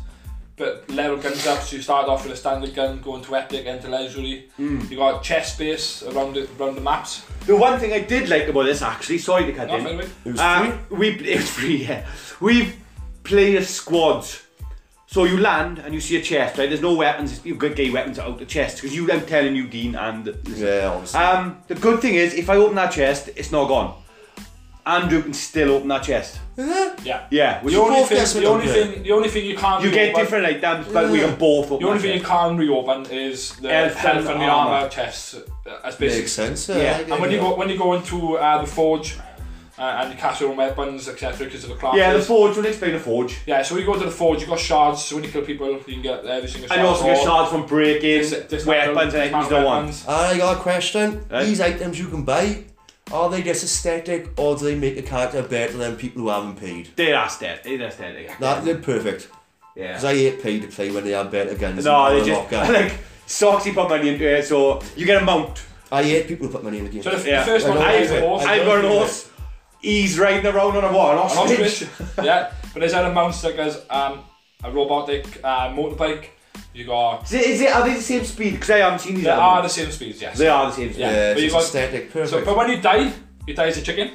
S3: But level guns up, so you start off with a standard gun, going to epic, into legendary.
S1: Hmm.
S3: You got chest space around the around the maps.
S1: The one thing I did like about this, actually, sorry to cut
S3: Not
S1: in.
S3: by the way.
S2: It was
S1: Uh,
S2: free.
S1: we [laughs] it was free, yeah. We play as squads. So you land and you see a chest, right? There's no weapons. You get gay weapons out the chest because you. I'm telling you, Dean, and
S2: Yeah, obviously.
S1: um, the good thing is if I open that chest, it's not gone. Andrew can still open that chest.
S3: Yeah.
S1: Yeah, which
S3: The only,
S2: both
S3: thing,
S2: guess we
S3: the,
S2: don't
S3: only
S2: get it.
S3: thing, the only thing you can't
S1: you get
S3: reopen-
S1: different items, but we can both open.
S3: The only
S1: that
S3: thing you
S1: chest.
S3: can't reopen is the
S1: Elf
S3: health and
S1: and
S3: the
S1: armor.
S3: armor chests. uh, As basic
S2: Makes sense.
S1: Yeah.
S2: I get
S3: And when you
S2: it.
S3: go when you go into uh, the forge uh, and you cast your own weapons, etc., because of the classes.
S1: Yeah, the forge. We'll explain the forge.
S3: Yeah, so when you go to the forge, you got shards. So when you kill people, you can get every single shard.
S1: And you also get
S3: or
S1: shards from breaking,
S3: dis- dismantle-
S1: weapons, and items
S3: dismantle
S1: no one.
S3: weapons.
S2: Uh, I got a question.
S1: Right.
S2: These items you can buy, are they just aesthetic or do they make a character better than people who haven't paid?
S1: They're aesthetic. They're aesthetic.
S2: That, they're perfect.
S1: Yeah.
S2: Because I hate paid to play when they have better guns.
S1: No,
S2: and
S1: they just
S2: lock guns.
S1: [laughs] like Soxy put money into it, so you get a mount.
S2: I hate people who put money in the game.
S3: So the, f-
S1: Yeah.
S3: the first
S2: I
S3: one
S2: don't like
S3: is the
S2: it.
S3: horse.
S2: I
S1: I've
S2: don't
S1: got an
S2: do
S1: horse. He's riding around on a what? An [laughs]
S3: An
S1: ostrich.
S3: ostrich. yeah, but there's other mounts like as um, a robotic uh, motorbike. You got
S1: Is it, is it? Are they the same speed? Because I haven't seen these.
S3: they
S1: other
S3: are the
S1: ones.
S3: same speeds. Yes.
S1: They are the same speed.
S3: Yeah.
S1: Yeah.
S2: yeah,
S3: but
S2: it's
S3: you
S2: just
S3: got-
S2: aesthetic,
S3: So,
S2: perfect.
S3: but when you die, you die as a chicken.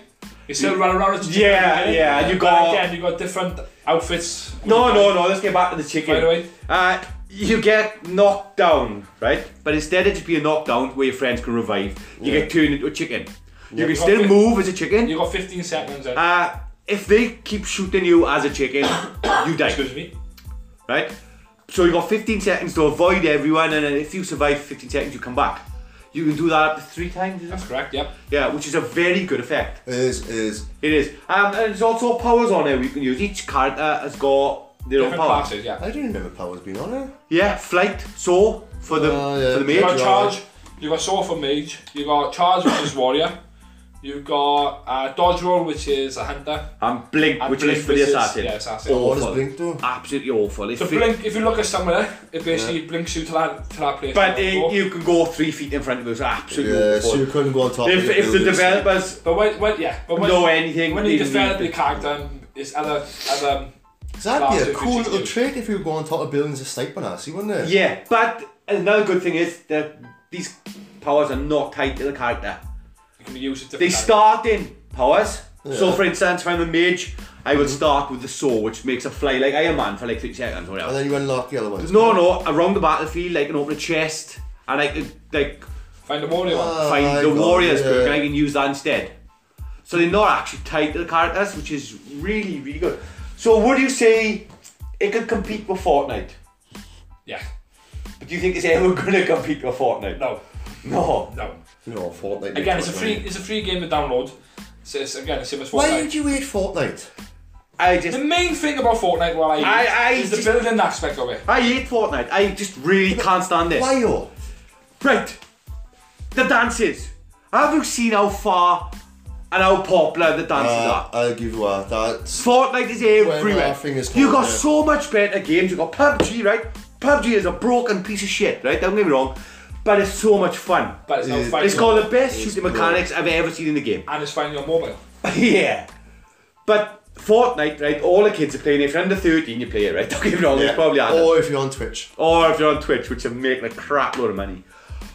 S3: You still run around as a chicken.
S1: Yeah,
S3: again.
S1: yeah, and you
S3: But
S1: got-
S3: again. You got different outfits.
S1: No, no, no. Let's get back to the chicken.
S3: By the way,
S1: Uh, you get knocked down, right? But instead of just being knocked down where your friends can revive, you
S2: Yeah.
S1: get turned into a chicken. You can
S3: Got
S1: still
S3: it.
S1: move as a chicken.
S3: you got 15 seconds. Then.
S1: Uh, if they keep shooting you as a chicken, [coughs] you die,
S3: Excuse me.
S1: right? So you got 15 seconds to avoid everyone, and then if you survive 15 seconds, you come back. You can do that up to three times, is it?
S3: That's correct. Yep.
S1: yeah, which is a very good effect.
S2: is, is.
S1: It is, um, and there's also powers on there you can use. Each character has got their
S3: Different
S1: own power.
S3: classes. Yeah.
S2: I didn't remember Power's been on it.
S1: Yeah, flight, soar for the
S2: Oh, yeah.
S1: for the
S3: You
S1: mage.
S2: Right.
S3: got charge. You got sword for mage. You got charge, which is warrior. You've got uh, Dodge Roll, which is a hunter.
S1: And Blink,
S3: And
S1: which
S3: Blink,
S1: is for the
S3: which is-
S1: assassin.
S3: yeah, assassin.
S2: What
S1: Awful.
S2: does Blink do?
S1: Absolutely awful. If
S3: So
S1: it-
S3: blink, if you look at somewhere, it basically blinks you to that, to that place.
S1: but
S3: you
S1: it-
S3: wanna go.
S1: you can go three feet in front of us. Absolutely
S2: Yeah,
S1: awful.
S2: so you couldn't go on top of
S1: if, if
S2: the
S1: er the
S2: buildings.
S1: developers
S3: But when, when yeah, but when,
S1: know anything,
S3: when
S1: they
S3: you develop
S1: need
S3: your character, and it's other other
S2: That'd
S3: Class
S2: be a
S3: if
S2: cool
S3: it's
S2: little
S3: you.
S2: trick if you go on top of buildings and snipe an assy, wouldn't it?
S1: Yeah, but another good thing is that these powers are not tied to the character.
S3: you can be used at
S1: They
S3: different. times.
S1: start in powers. So
S2: Yeah.
S1: for instance, if I'm a mage, I will start with the saw, which makes a fly like Iron Man for like 30 seconds or
S2: And
S1: whatever.
S2: then you unlock the other ones.
S1: No, no, around the battlefield, I can open a chest and I could like
S3: Find a warrior one.
S2: Oh,
S1: find
S2: I
S1: the
S2: got-
S1: warriors
S2: yeah.
S1: book and I can use that instead. So they're not actually tied to the characters, which is really, really good. So would you say it could compete with Fortnite?
S3: Yeah.
S1: But do you think it's ever [laughs] gonna compete with Fortnite?
S3: No.
S1: No.
S3: No.
S2: No, Fortnite.
S3: Again, it's a free it's a free game to download. So it's again the same as
S2: Why did
S3: Fortnite.
S2: you hate Fortnite?
S1: I just
S3: The main thing about Fortnite, what I,
S1: I-
S3: hate
S1: I
S3: is the
S1: just-
S3: building aspect of it.
S1: I hate Fortnite. I just really can't stand it.
S2: Why yo?
S1: Right. The dances. Have you seen how far and how popular the dances
S2: Uh,
S1: are?
S2: I'll give you a that.
S1: Fortnite is
S2: When
S1: everywhere.
S2: our fingers
S1: You got
S2: can't, yeah.
S1: so much better games. You got PUBG, right? PUBG is a broken piece of shit, right? Don't get me wrong, but it's so much fun.
S3: But it's no
S2: It-
S3: fun.
S1: It's got the best
S2: It's
S1: shooting
S2: broke.
S1: mechanics I've ever seen in the game. [laughs]
S3: and it's finding your mobile.
S1: yeah. But Fortnite, right? All the kids are playing. If you're under 13, you play it, right? [laughs] Don't get me wrong. It's probably harder.
S2: Or if you're on Twitch.
S1: or Oh, if you're on Twitch, which will make a crap load of money.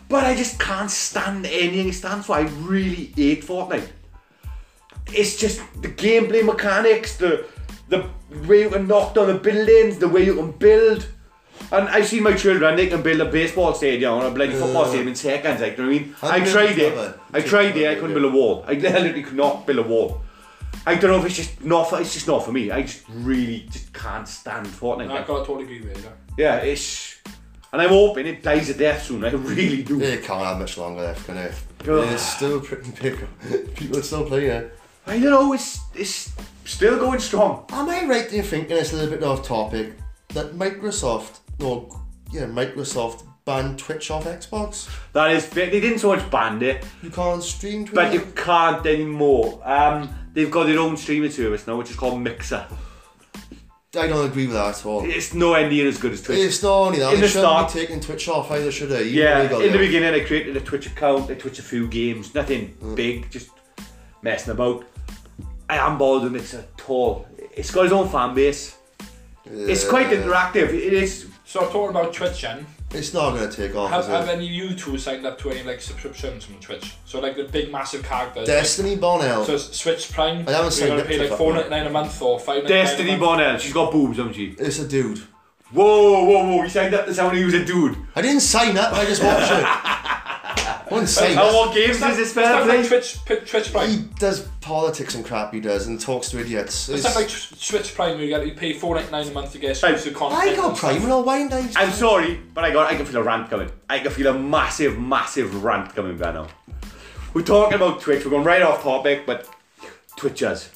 S1: But I just can't stand anything it stands for. I really hate Fortnite. It's just the gameplay mechanics, the the way you can knock down the buildings, the way you can build. And I've seen my children, they can build a baseball stadium or a bloody football stadium in seconds, like, you know what I mean?
S2: I'd
S1: I
S2: build
S1: tried it.
S2: another.
S1: I tried it, I couldn't build a wall. I [laughs] literally could not build a wall. I don't know if it's just not for, it's just not for me. I just really just can't stand Fortnite.
S3: And I got a totally agree with you. yeah.
S1: Yeah, it's. And I'm hoping it dies a death soon. I really do.
S2: They can't have much longer left, can they?
S1: Ugh.
S2: It's still pretty [laughs] big. People are still playing it.
S1: I don't know. It's it's still going strong.
S2: Am I right in thinking it's a little bit off topic that Microsoft, no, yeah, Microsoft banned Twitch off Xbox?
S1: That is, they they didn't so much ban it,
S2: You can't stream Twitch.
S1: but you can't anymore. Um, they've got their own streaming service now, which is called Mixer.
S2: I don't agree with that at all.
S1: It's nowhere near as good as Twitch.
S2: It's not only that.
S1: In
S2: they
S1: the
S2: shouldn't
S1: start-
S2: be taking Twitch off either, should they? You
S1: yeah,
S2: really got
S1: in the
S2: it.
S1: beginning, I created a Twitch account. I Twitch a few games, nothing
S2: Mm.
S1: big, just messing about. I am bored of Mixer at all. It's got its own fan base. It's quite
S2: Yeah.
S1: interactive. It is.
S3: So talking about Twitch then,
S2: It's not going to take off,
S3: have,
S2: is it?
S3: have any of you two signed up to any like subscriptions from Twitch? So like the big massive characters.
S2: Destiny Bonnell.
S3: so it's Switch Prime.
S2: I haven't
S3: You're
S2: signed
S3: gonna
S2: up
S3: pay
S2: to
S3: like
S2: that
S3: four
S2: one.
S3: ninety nine a month or five ninety nine.
S1: Destiny
S3: a month.
S1: Bonnell. She's got boobs, hasn't she?
S2: it's a dude.
S1: Whoa, whoa, whoa, you signed up to someone who's a dude.
S2: I didn't sign up, I just watched it.
S1: [laughs]
S2: I wouldn't sign
S1: And
S2: up.
S1: what games does this fella
S3: Stuff like
S1: play?
S3: Twitch, P- Twitch Prime.
S2: He does politics and crap, he does, and talks to idiots. It's-
S3: Stuff like Tw- Twitch Prime, where you get you pay four ninety nine a month to get
S1: Right.
S3: exclusive content.
S2: I got
S3: and stuff.
S2: Prime and all, why didn't I?
S1: I'm sorry, but I got I can feel a rant coming. I can feel a massive, massive rant coming right now. We're talking about Twitch, we're going right off topic, but Twitchers.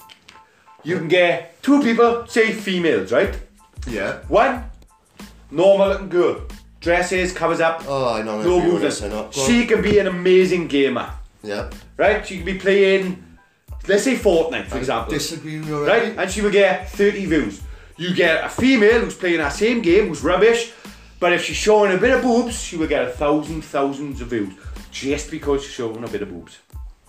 S1: You can get two people, say females, right?
S2: yeah.
S1: One, normal looking girl. Dresses, covers up,
S2: Oh, I know.
S1: no
S2: No
S1: movement.
S2: sign up. Go on.
S1: She can be an amazing gamer,
S2: yeah.
S1: right? She can be playing, let's say Fortnite, for example.
S2: Disagree with you already.
S1: right? And she will get 30 views. You get a female who's playing that same game, who's rubbish, but if she's showing a bit of boobs, she will get a thousand, thousands of views just because she's showing a bit of boobs.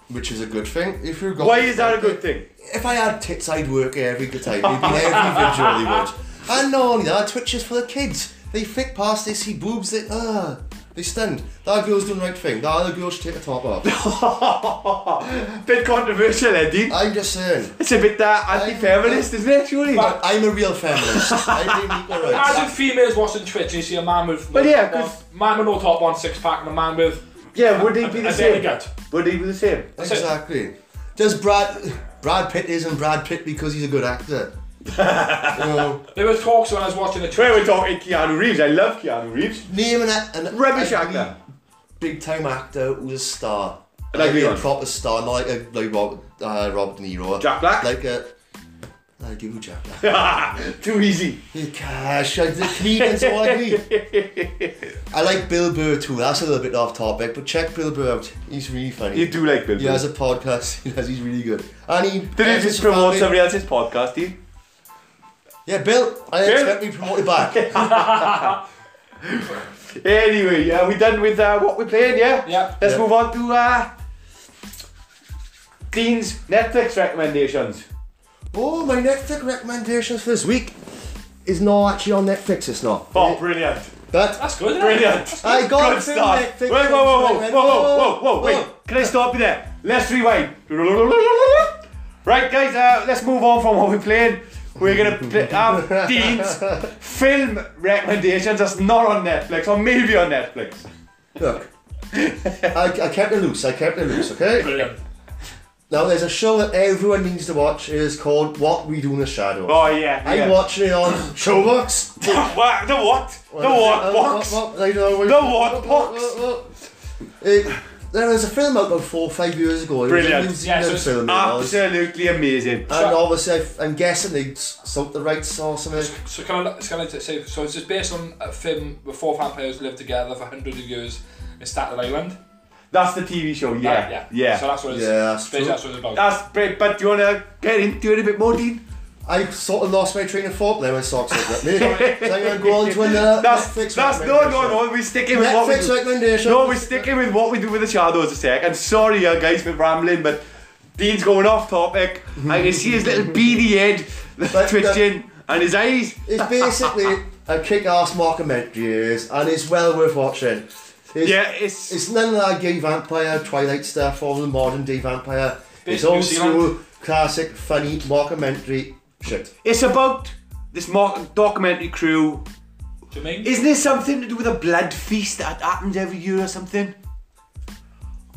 S2: Which is a good thing. If you're
S1: Why is that a good thing?
S2: If I had tits, I'd work every good time. It'd be every visual you would. And not only that, Twitch is for the kids. They flick past, they see boobs, they ah, they stunned. That girl's doing the right thing. That other girl should take the
S1: [laughs]
S2: top off.
S1: bit controversial, Eddie.
S2: I'm just saying.
S1: It's a bit that anti-feminist, isn't it? Surely.
S2: I- I'm a real feminist. I believe in equal rights.
S3: Imagine females watching Twitch and you see a man with
S1: But
S3: no
S1: yeah,
S3: top on-
S1: 'cause-
S3: man with no top on six pack and a man with
S1: Yeah, would they be
S3: a,
S1: the
S3: a belly
S1: same?
S3: gut.
S1: Would they be the same?
S3: it.
S2: Exactly. Does Brad Brad Pitt isn't Brad Pitt because he's a
S1: [laughs]
S2: good actor? you know,
S3: There was talks when I was watching the
S1: Wait,
S3: Twitch.
S1: we're talking Keanu Reeves. I love Keanu Reeves.
S2: name an, act- an
S1: Rubbish
S2: a
S1: actor.
S2: Big time actor who's a star.
S1: And I agree
S2: a
S1: on.
S2: proper star, not like a, like Rob, uh, Robert De Niro.
S1: Jack Black?
S2: Like a I do, Jack. [laughs]
S1: Too easy.
S2: The cash, I, the Cleveland's all I need. I like Bill Burr too. That's a little bit off topic, but check Bill Burr out. He's really funny.
S1: You do like Bill.
S2: He has a podcast. [laughs] He does. He's really good. And he
S1: Did you just promote somebody else's podcast, Ian?
S2: Yeah, Bill. I
S1: Bill?
S2: expect to be promoted
S1: [laughs]
S2: back.
S1: Anyway, yeah, we done with uh, what we're playing, yeah?
S3: Yeah.
S1: Let's
S2: Yeah.
S1: move on to uh, Dean's Netflix recommendations.
S2: oh, my Netflix recommendations for this week is not actually on Netflix. It's not.
S1: Oh, brilliant.
S2: But
S3: That's good, isn't
S1: Brilliant.
S2: I got
S1: Good
S2: some
S1: stuff.
S2: Netflix.
S1: Wait, whoa, whoa, whoa, whoa,
S2: recommend-
S1: whoa, whoa, whoa, wait. Can I stop you there? Let's rewind. [laughs] Right, guys, uh, let's move on from what we're playing. We're gonna pl- have Dean's film recommendations that's not on Netflix, or maybe on Netflix.
S2: Look, I, I kept it loose. I kept it loose. Okay.
S3: Brilliant.
S2: Now there's a show that everyone needs to watch. It is called What We Do in the Shadows.
S1: Oh yeah.
S2: I'm
S1: yeah.
S2: watching it on
S1: [laughs]
S2: Showbox.
S1: What? [laughs] The what? The what box?
S2: Uh, I don't know.
S1: The what box?
S2: Uh, there was a film out about four, five years ago. It was a
S1: Brilliant.
S2: New
S3: Yeah,
S2: Zealand
S3: so it's
S2: film. it was.
S1: Absolutely amazing.
S2: And obviously, I f- I'm guessing they s- sold the rights or something.
S3: So can I, can I t- say, so it's just based on a film where four fan players lived together for hundreds of years in Staten Island?
S1: That's the TV show. Yeah.
S3: Right,
S1: yeah.
S3: So that's what it's,
S2: Yeah, that's
S3: basically
S2: true.
S3: that's what it's about.
S1: That's great. But do you want to get into it a bit more, Dean?
S2: I sort of lost my train of thought there when Sock said
S1: [laughs]
S2: that. so I'm going to go on to another
S1: That's
S2: Netflix
S1: that's no
S2: recommendation.
S1: no no. We're sticking with what we
S2: Netflix
S1: do.
S2: recommendation.
S1: No, we're sticking with what we do with the shadows a sec. I'm sorry, uh, guys, for rambling, but Dean's going off
S2: [laughs]
S1: topic. I can see his little beady head [laughs]
S2: the-
S1: twitching and his eyes.
S2: It's basically a kick-ass mockumentary, it is, and it's well worth watching. It's,
S1: Yeah, it's
S2: It's none of that gay vampire Twilight stuff or the modern day vampire. It's
S3: Based in New
S2: old
S3: Zealand.
S2: school, classic, funny mockumentary shit.
S1: it's about this mock documentary crew
S3: Do you mean?
S1: Isn't there something to do with a blood feast that happens every year or something?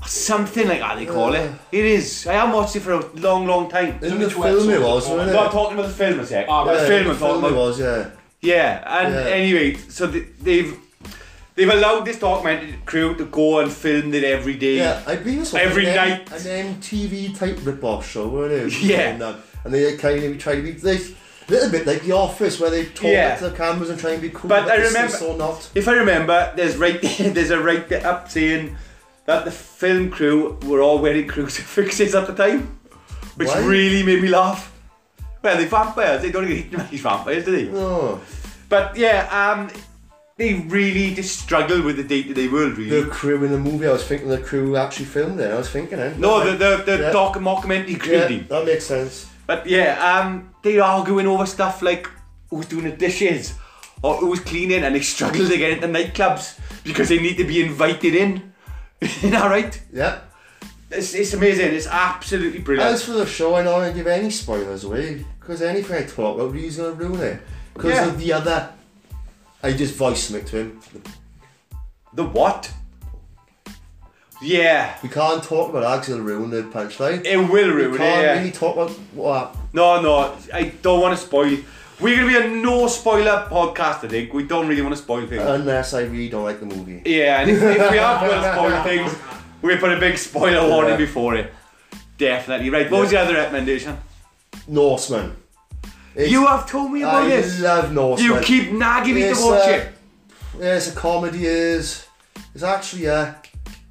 S1: Or something like that they call it. It is. I haven't watched it for a long, long time.
S2: In
S3: me
S2: the
S3: two
S2: film it
S3: episodes
S2: was,
S3: of
S2: wasn't
S1: I'm
S2: it?
S1: not talking Oh, about the film a sec.
S3: Ah,
S2: Yeah,
S3: right.
S1: the
S2: the
S1: film I'm talking
S2: it
S1: about.
S2: was, yeah.
S1: Yeah, and
S2: Yeah.
S1: anyway, so th- they've they've allowed this documented crew to go and film it every day.
S2: Yeah, I believe it's like
S1: Every
S2: an,
S1: night.
S2: an MTV type rip-off show, weren't it?
S1: Yeah.
S2: And, that- and they kind of try to be this little bit like The Office, where they talk
S1: Yeah.
S2: to the cameras and try and be cool.
S1: But I
S2: this is
S1: remember-
S2: so not.
S1: If I remember, there's right [laughs] there's a right up saying that the film crew were all wearing crucifixes at the time, which
S2: Why?
S1: really made me laugh. Well, they're vampires. They don't [laughs] even recognize vampires, do they?
S2: No.
S1: But yeah, um, they really just struggle with the day-to-day world, really.
S2: The crew in the movie, I was thinking the crew who actually filmed it. I was thinking it.
S1: no, the the, the
S2: Yeah.
S1: doc mockumentary crew
S2: yeah,
S1: team.
S2: that makes sense.
S1: But yeah, um, they're arguing over stuff like who's doing the dishes or who's cleaning, and they [laughs] struggle to get into nightclubs because they need to be invited in. [laughs] Isn't that right?
S2: Yeah.
S1: It's, it's amazing. It's absolutely brilliant.
S2: As for the show, I don't want to give any spoilers away because anything I talk about, he's gonna ruin it. Because
S1: Yeah.
S2: of the other, I just voice it to him.
S1: the what? Yeah,
S2: We can't talk about that because it'll ruin the punchline.
S1: it will
S2: We
S1: ruin it.
S2: can't
S1: yeah.
S2: really talk about what.
S1: No, no, I don't want to spoil. We're gonna be a no spoiler podcast. I think we don't really want to spoil things.
S2: Unless I really don't like the movie.
S1: yeah, and if, if we are
S2: [laughs]
S1: going to spoil things, we put a big spoiler warning
S2: Yeah.
S1: before it. Definitely right. What was the other recommendation?
S2: Norseman. It's-
S1: you have told me about
S2: I
S1: this.
S2: love Norseman.
S1: You keep nagging me to
S2: It's,
S1: watch
S2: uh,
S1: it.
S2: Yeah, it's a comedy. Is it's actually uh,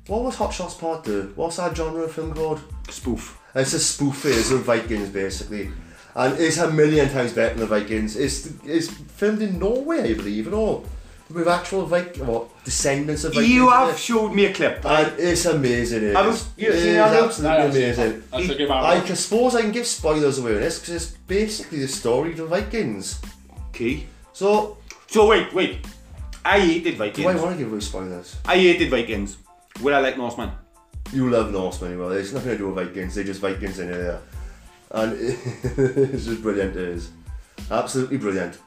S2: what was Hot Shots Part Two? What's that genre of film called?
S1: Spoof.
S2: It's a spoof. It's the Vikings basically, and it's a million times better than the Vikings. It's it's filmed in Norway, I believe, and all with actual Viking well, descendants of Vikings.
S1: You
S2: in
S1: have
S2: it.
S1: showed me a clip.
S2: And it's amazing. It is.
S1: Have you- you
S2: It
S1: seen
S2: is
S1: that, Luke?
S2: absolutely
S3: No, no,
S2: amazing.
S3: I should give out.
S2: I can suppose I can give spoilers away on this because it's basically the story of the Vikings.
S1: Okay.
S2: So
S1: So wait, wait. I hated
S2: do I
S1: Vikings.
S2: want to give away spoilers?
S1: I hated Vikings. Would I like Norseman?
S2: You love Norsemen, anyway. There's nothing to do with Vikings. They're just Vikings in here. And [laughs] it's just brilliant. It is absolutely brilliant.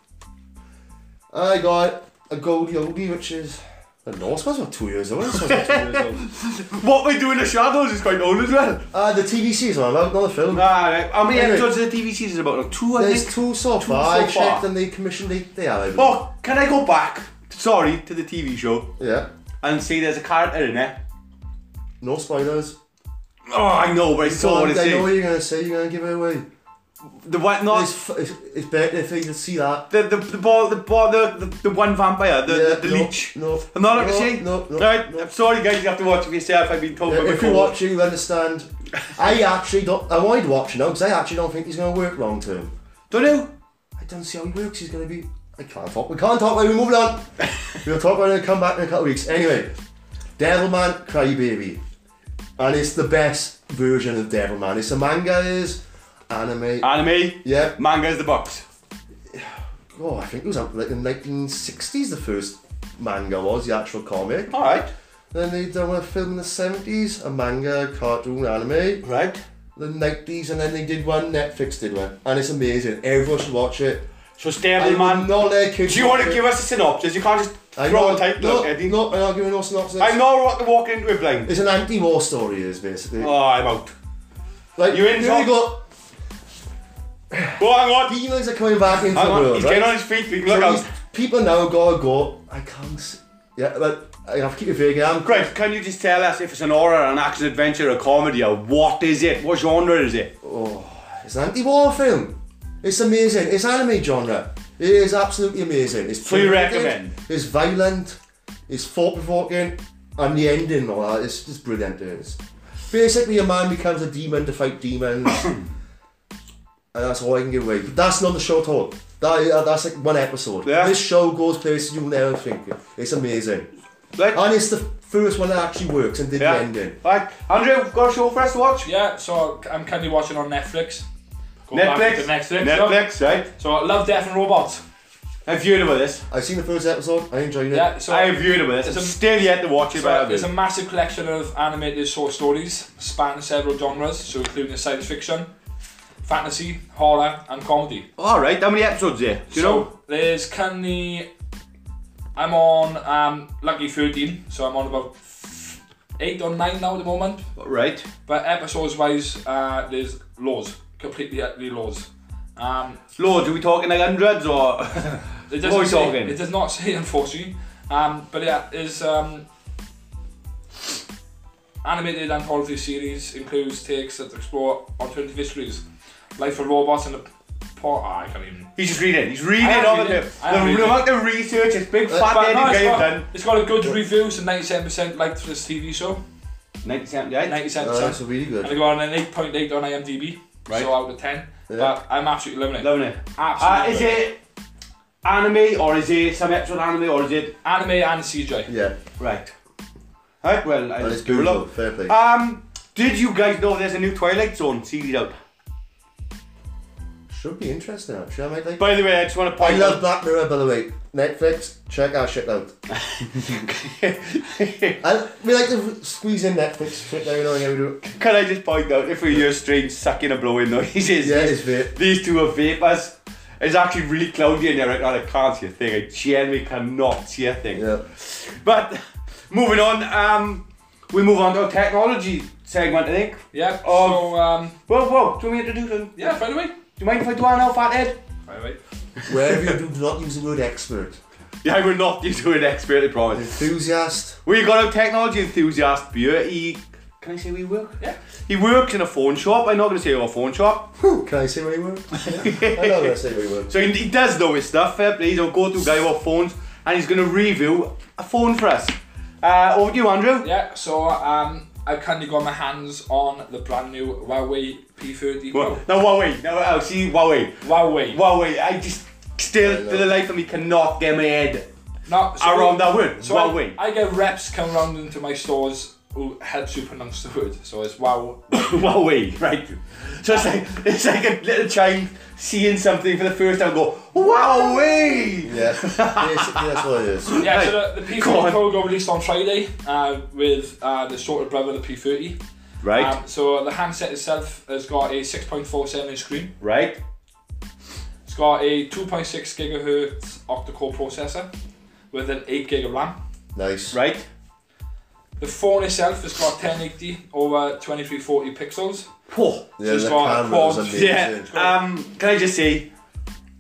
S2: I got a gold oldie, which is the Norseman's about two years old. This one's
S1: [laughs]
S2: not two years old.
S1: What we do in the shadows is quite old as well.
S2: Uh, the TV season, I'm out, not the film.
S1: Ah, right. How many
S2: Anyway.
S1: episodes of the TV season is about? Like two, I
S2: There's
S1: think.
S2: two so far.
S1: so
S2: I
S1: far.
S2: checked and they commissioned eight. They are. I believe.
S1: Oh, can I go back? Sorry to the TV show
S2: Yeah.
S1: and say there's a character in it.
S2: No spoilers.
S1: Oh, I know, but I so
S2: Go on,
S1: want
S2: I
S1: to
S2: know what
S1: say.
S2: you're gonna say. You're gonna give it away.
S1: the one not
S2: It's, f- it's, it's better if you can see that.
S1: the, the the ball the ball the, the, the one vampire the
S2: Yeah,
S1: the, the
S2: no,
S1: leech.
S2: No.
S1: I'm not allowed
S2: no,
S1: to say.
S2: No, no.
S1: Right,
S2: no.
S1: I'm sorry guys, you have to watch it for yourself. I've been told
S2: Yeah,
S1: by my
S2: if you're
S1: co-host.
S2: watching, you understand. I actually don't. I wanted to watch now because I actually don't think he's going to work long term.
S1: Don't know.
S2: I don't see how he works. He's going to be. I can't talk. We can't talk. We're moving [laughs] on. we'll talk about it. and Come back in a couple of weeks. Anyway, Devilman Crybaby, and it's the best version of Devilman. It's a manga, it is anime.
S1: Anime,
S2: yeah.
S1: manga's the box.
S2: Oh, I think it was out like in 1960s. The first manga was the actual comic.
S1: All right,
S2: Then they done a film in the 70s, a manga, cartoon, anime.
S1: right.
S2: the 90s and then they did one Netflix did one and it's amazing everyone should watch it
S1: So it's
S2: I
S1: Devil
S2: would
S1: Man.
S2: not let kids
S1: Do you
S2: watch
S1: want to
S2: it.
S1: give us a synopsis? You can't just
S2: I
S1: throw a
S2: know-
S1: title,
S2: no,
S1: out, Eddie.
S2: no I'm not giving no synopsis
S1: I know what to walk into it blind.
S2: it's an anti-war story it is basically
S1: Oh, I'm out.
S2: like
S1: you in,
S2: here
S1: Tom?
S2: we go
S1: Go on, hang on.
S2: demons are coming back into
S1: Hang
S2: the
S1: on.
S2: world
S1: He's
S2: right
S1: getting on his feet. We can
S2: So
S1: look out.
S2: these people now gotta go I can't see. yeah but I have to keep it vague I'm
S1: Greg, can you just tell us if it's an horror, an action adventure, a comedy, or what is it? What genre is it?
S2: it's an anti-war film it's amazing it's anime genre it is absolutely amazing it's
S1: So you
S2: provocative,
S1: recommend?
S2: it's violent it's thought provoking and the ending and all that it's just brilliant it is basically a man becomes a demon to fight
S1: [coughs]
S2: demons and that's all I can give away but that's not the show at all that, uh, that's like one episode
S1: Yeah.
S2: this show goes places you'll never think of. it's amazing
S1: Like,
S2: and it's the first one that actually works and did
S1: yeah.
S2: the ending
S1: Right, Andrew, we've got a show for us to watch.
S3: Yeah, so I'm currently watching on Netflix. Go back
S1: Netflix.
S3: to Netflix. yeah.
S1: Netflix, right?
S3: So Love, Death and Robots.
S1: I've viewed about this.
S2: I've seen the first episode I enjoyed it
S3: Yeah, so
S1: I've viewed about this.
S3: It's
S1: I'm
S3: a-
S1: still yet to watch it, but
S3: So
S1: I've
S3: there's a
S1: viewed.
S3: massive collection of animated short stories spanning several genres, so including science fiction, fantasy, horror, and comedy.
S1: All right, how many episodes there? Do you
S3: so
S1: know?
S3: there's currently I'm on um lucky 13, so I'm on about eight or nine now at the moment.
S1: Right.
S3: But episodes wise, uh, there's laws, completely utterly laws. Um,
S1: Lords, are we talking like hundreds or?
S3: it
S1: What are we
S3: doesn't say,
S1: talking?
S3: it does not say [laughs] unfortunately. Um, but yeah, there's um, animated anthology series includes takes that explore alternative histories, life of robots and the po- ah, I can't even.
S1: He's just reading. He's reading
S3: I am
S1: all the
S3: reading.
S1: the,
S3: I am
S1: the
S3: reading.
S1: amount of research this big fat
S3: But
S1: headed
S3: no,
S1: guy
S3: it's,
S1: has
S3: got,
S1: done.
S3: it's got a good review, so 97% liked for this TV show.
S1: Ninety-seven, right?
S3: 97%.
S2: Uh, that's really good
S3: and I got an 8.8 on IMDb,
S1: Right.
S3: so out of 10.
S2: Yeah.
S3: But I'm absolutely loving it.
S1: Loving it.
S3: absolutely
S1: Uh, is
S3: loving
S1: it anime or is it some episode anime or is it
S3: Anime and CJ.
S2: yeah
S1: right? Right. Well, I
S2: Well, it's
S1: just give a
S2: Google,
S1: look.
S2: fair play.
S1: Um, did you guys know there's a new Twilight Zone series out?
S2: Should be interesting actually. I might like.
S1: By the way, I just want to point
S2: I love
S1: out.
S2: Black Mirror by the way. Netflix, check our shit out. I, we like to squeeze in Netflix shit now and then we do.
S1: Can I just point out if we hear strange sucking or blowing noises?
S2: Yeah, it's bit.
S1: These two are vapors. It's actually really cloudy in there right now. and I can't see a thing. I genuinely cannot see a thing.
S2: Yeah.
S1: But moving on, um, we move on to our technology segment, I think.
S3: Yeah,
S1: Oh.
S3: so, um,
S1: Whoa, whoa, do you want me to do them?
S3: yeah, by the way.
S1: Do you mind if I do one now, Fathead?
S3: By the way.
S2: Wherever you do not use the word expert.
S1: Yeah, I will not [laughs] you do an expert, I promise.
S2: Enthusiast.
S1: We got our technology enthusiast here. He. Can I say we work?
S3: Yeah.
S1: He works in a phone shop. I'm not going to say our phone shop.
S2: Can I say where you were? I know where I say where you were.
S1: So he, he does know his stuff. Fair play. He's our go to guy about phones. And he's going to review a phone for us. Uh, over to you, Andrew.
S3: Yeah, so um, I've kindly got my hands on the brand new Huawei P30
S1: Well,
S3: Pro.
S1: no, Huawei. No, oh, see, Huawei.
S3: Huawei.
S1: Huawei. I just.
S2: I
S1: Still,
S2: know.
S1: to the life of me, cannot get my head
S3: No, so
S1: around that word.
S3: So
S1: Huawei. [laughs]
S3: I, I get reps come round into my stores who helps you pronounce the word. So
S1: [coughs]
S3: it's wow.
S1: Huawei, right? So it's like it's like a little child seeing something for the first time, go Huawei.
S2: Yeah. Basically that's what it is.
S3: [laughs] Yeah, so
S1: Right.
S3: the, the
S1: Go on.
S3: P30 Pro got released on Friday uh, with uh, the shorter brother, the P30.
S1: Right,
S3: Um, so the handset itself has got a 6.47 inch screen.
S1: right,
S3: It's got a 2.6 gigahertz octa-core processor with an 8 gig of RAM.
S2: Nice.
S1: right.
S3: The phone itself has got 1080 over 2340 pixels.
S1: Whoa.
S2: Yeah,
S3: Just
S2: the
S3: got
S2: camera
S3: quads,
S2: was amazing.
S1: Yeah. Um. Can I just say,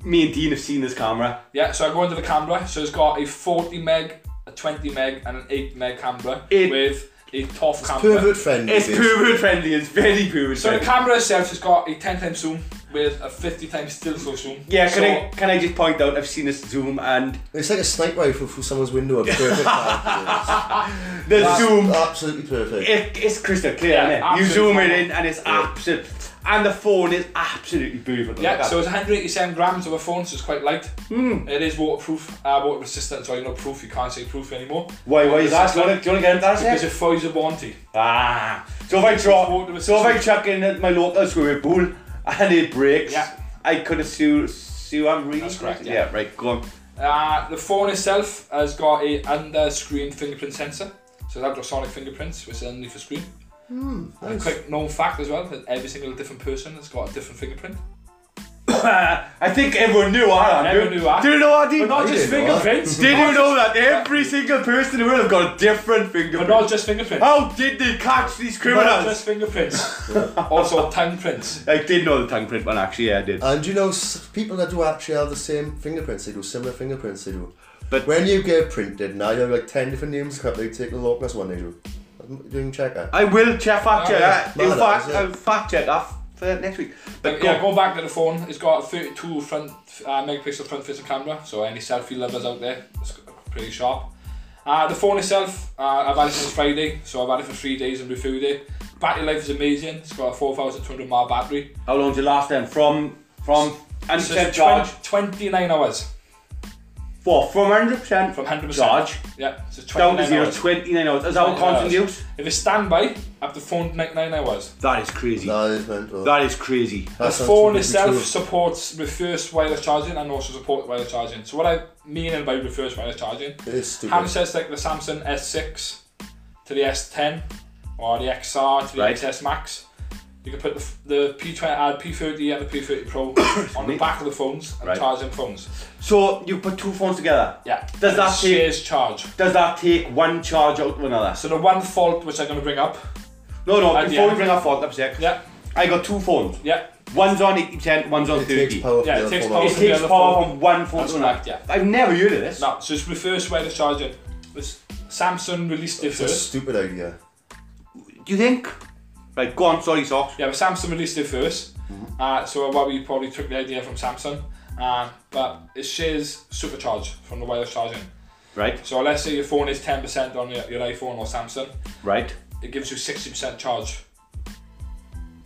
S1: me and Dean have seen this camera.
S3: Yeah, so I go into the camera. So it's got a 40 meg, a 20 meg, and an 8 meg camera
S1: It-
S3: with a TOF camera.
S2: Pervert friendly.
S1: It's
S2: basically.
S1: pervert friendly. It's very pervert
S3: So the
S1: friendly.
S3: camera itself has got a 10 times zoom, with a 50 times still so soon.
S1: Yeah, can
S3: so,
S1: I can I just point out I've seen this zoom and
S2: It's like a snipe rifle through someone's window. A perfect time
S1: the
S2: to do
S1: zoom
S2: it. Absolutely perfect.
S1: it, it's crystal clear,
S3: Yeah,
S1: yeah, You
S3: absolutely
S1: zoom it
S3: fine.
S1: in and it's absolute and the phone is absolutely beautiful.
S3: Yeah, so it's 187 grams of a phone, so it's quite light.
S1: Hmm.
S3: It is waterproof, uh, water resistant, so you know proof, you can't say proof anymore.
S1: why why is that? Do you wanna do you wanna get into that?
S3: Because
S1: Seb?
S3: it foils the warranty.
S1: Ah so if I drop so if I chuck in at my local swimming pool and it breaks
S3: Yeah.
S1: I could have sue sue I'm reading.
S3: That's correct,
S1: Yeah.
S3: yeah.
S1: right, go on. [coughs]
S3: Uh, the phone itself has got a under screen fingerprint sensor, so it's ultrasonic fingerprints, which is underneath the screen. And a quick known fact as well that every single different person has got a different fingerprint.
S1: I think everyone knew that.
S3: Everyone knew that.
S1: Do you know what? Did,
S3: But not
S2: I
S3: just
S2: didn't know that.
S3: fingerprints.
S1: did
S3: not
S1: you know that every single person in the world have got a different
S3: But
S1: fingerprint?
S3: not just fingerprints.
S1: How did they catch these
S3: Not
S1: criminals?
S3: just fingerprints. [laughs] also tongue prints.
S1: I did know the tongue print one actually, yeah, I did.
S2: And you know, s- people that do actually have the same fingerprints, they do similar fingerprints, they do.
S1: But-
S2: when you get printed now, you have like 10 different names, come up, they take a look, that's one they do. Doing check that.
S1: I will check
S3: Oh,
S1: fact check.
S3: Alright,
S1: that. In
S2: well,
S1: fact,
S2: that's it.
S1: I'll fact check that for next week. But
S3: But
S1: go.
S3: yeah, going back to the phone, it's got a 32 front uh, megapixel front facing camera, so any selfie lovers out there, it's pretty sharp. Uh, the phone itself, uh, I've had it since Friday, so I've had it for three days and review day. Battery life is amazing, it's got a 4,200 mAh battery.
S1: How long did it last then? From from and
S3: It's just
S1: charge.
S3: 20 29 hours
S1: What? From 100%
S3: from 100%.
S1: charge
S3: Yeah, it's just
S1: down to
S3: 29
S1: zero,
S3: hours.
S1: 29 hours. Is that what
S3: 29
S1: constant
S3: hours.
S1: use?
S3: If it's standby, up to 499 hours.
S1: That is crazy.
S2: That is mental.
S1: That is crazy.
S2: That
S3: the
S2: sounds
S3: phone
S2: completely
S3: itself
S2: true.
S3: supports reverse wireless charging and also support wireless charging. So what I mean by reverse wireless charging
S2: It is stupid.
S3: handsets like the Samsung S6 to the S10 or the XR to the
S1: Right.
S3: XS Max. You can put the, f- the P20, uh, P30 and the P30
S1: [coughs]
S3: Pro on the
S1: me.
S3: back of the phones and
S1: Right.
S3: charge them phones.
S1: So you put two phones together.
S3: Yeah.
S1: Does
S3: And it
S1: that take-
S3: shares charge?
S1: Does that take one charge out of another?
S3: So the one fault which I'm going to bring up.
S1: No, no,
S3: At the
S1: before we
S3: end.
S1: bring our phone up sec,
S3: Yeah.
S1: I got two phones.
S3: Yeah.
S1: One's on 80%, one's on
S2: it
S1: 30.
S2: takes power
S3: Yeah, it
S2: from the
S3: takes
S2: other
S3: power
S2: phone.
S1: It
S3: from the
S1: takes
S3: other
S1: power
S3: phone.
S1: from one phone
S3: That's
S1: to another.
S3: correct, yeah.
S1: I've never heard of this.
S3: No, so it's reverse wireless charging. This Samsung released it
S2: It's a
S3: first.
S2: stupid idea.
S1: Do you think? Right, go on, sorry, Socks.
S3: Yeah, but Samsung released it 1st
S1: Mm-hmm.
S3: Uh, so what we probably took the idea from Samsung. Uh, but it shares supercharge from the wireless charging.
S1: Right,
S3: So let's say your phone is 10% on your, your iPhone or Samsung,
S1: right,
S3: it gives you 60% charge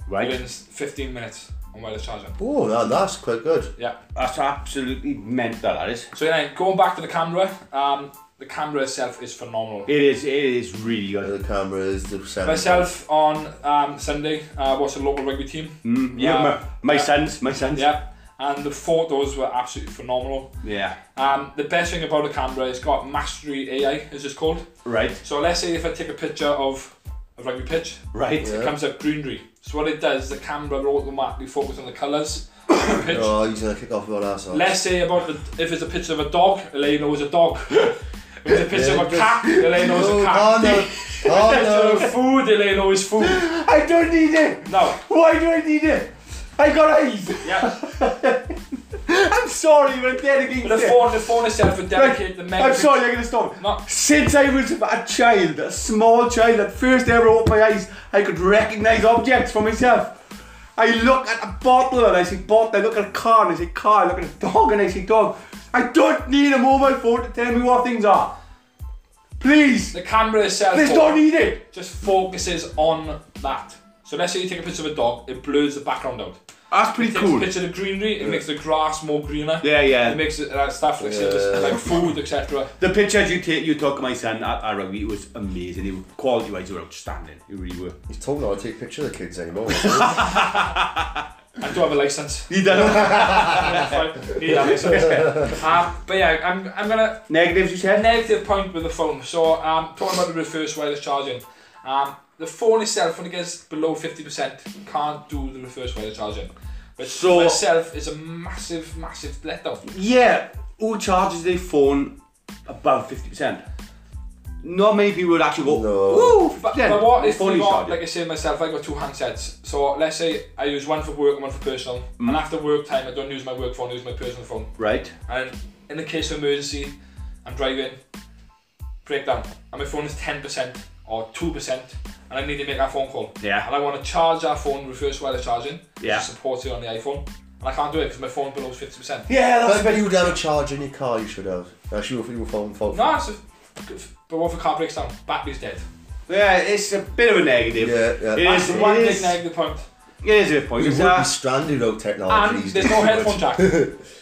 S1: right.
S3: within 15 minutes on wireless charging.
S2: Oh, that, that's quite good.
S3: Yeah.
S1: That's absolutely mental, that is.
S3: So then going back to the camera, um, the camera itself is phenomenal.
S1: It is, it is really good.
S2: The cameras, the sound.
S3: Myself on um, Sunday, uh, watched a local rugby team.
S1: Mm, yeah,
S3: Uh,
S1: my, my
S3: yeah.
S1: sons, my sons.
S3: Yeah. And the photos were absolutely phenomenal.
S1: Yeah,
S3: Um, the best thing about the camera, it's got mastery AI, as it's called.
S1: right,
S3: So let's say if I take a picture of a rugby pitch,
S1: right.
S2: Yeah.
S3: it comes up greenery. So what it does, the camera will automatically focus on the colours of the pitch.
S2: Oh, he's gonna kick off about that song.
S3: Let's say about the, if it's a picture of a dog, Elena was
S1: [laughs]
S3: a dog. If it's a picture of a cat, Elena was a
S2: Oh,
S3: cat. [laughs]
S2: no.
S3: If
S2: Oh,
S3: it's a food, Elena was food.
S1: I don't need it!
S3: No,
S1: Why do I need it? I got eyes!
S3: yeah.
S1: [laughs] I'm sorry, but I'm dedicating
S3: But the
S1: it.
S3: phone, the phone itself would dedicate the
S1: I'm
S3: metrics.
S1: sorry, I'm gonna stop.
S3: No,
S1: Since I was a child, a small child, at first ever opened my eyes, I could recognize objects for myself. I look at a bottle and I say bottle, I look at a car and I say car, I look at a dog and I say dog. I don't need a mobile phone to tell me what things are. Please,
S3: the camera itself
S1: please don't need it.
S3: just focuses on that. So let's say you take a picture of a dog, it blurs the background out.
S1: That's pretty
S3: Takes a picture of the greenery, it makes the grass more greener.
S1: Yeah,
S3: It
S1: yeah.
S3: makes it uh, stuff like,
S2: Yeah.
S3: like food, etc.
S1: The pictures you take, you took of my son at, at rugby it was amazing. It, was- quality-wise, they were outstanding. It really were. [laughs]
S2: He's told not to take pictures of the kids anymore.
S3: I do have
S1: [laughs]
S3: a license.
S1: You done
S3: yeah,
S1: [laughs]
S3: makes sense. Um, but yeah, I'm, I'm gonna
S1: negatives? You
S3: a
S1: said
S3: negative point with the phone. So um, talking about the reverse wireless charging, um, the phone itself when it gets below fifty percent can't do the reverse wireless charging, which
S1: So-
S3: for itself is a massive, massive letdown.
S1: Yeah, who charges their phone above 50%? Not many people would actually go,
S2: No.
S1: woo,
S3: But,
S1: 50%,
S3: but what if
S1: phone
S3: you
S1: is
S3: got,
S1: charging."
S3: like I say myself, I got two handsets. So let's say I use one for work and one for personal, and after work time I don't use my work phone, I use my personal phone.
S1: Right,
S3: and in the case of emergency, I'm driving, breakdown, and my phone is 10% or 2%, and I need to make that phone call.
S1: Yeah.
S3: And I want to charge that phone reverse wireless charging,
S1: Yeah.
S3: which supports it on the iPhone. And I can't do it because my phone below 50%.
S1: Yeah,
S2: I bet you would have a charger in your car, you should have. That's your, your phone. phone.
S3: No, it's a, but what if the car breaks down? Battery's dead.
S1: Yeah, it's a bit of a negative.
S2: Yeah, yeah.
S1: It
S3: That's
S1: is,
S3: the
S1: it
S3: one
S1: is,
S3: big negative point.
S1: it is a bit point.
S2: We would
S1: Uh,
S2: be stranded without
S1: Oh,
S2: technology.
S3: And
S2: these
S3: there's
S2: days,
S3: no
S2: but-
S1: [laughs]
S3: headphone jack.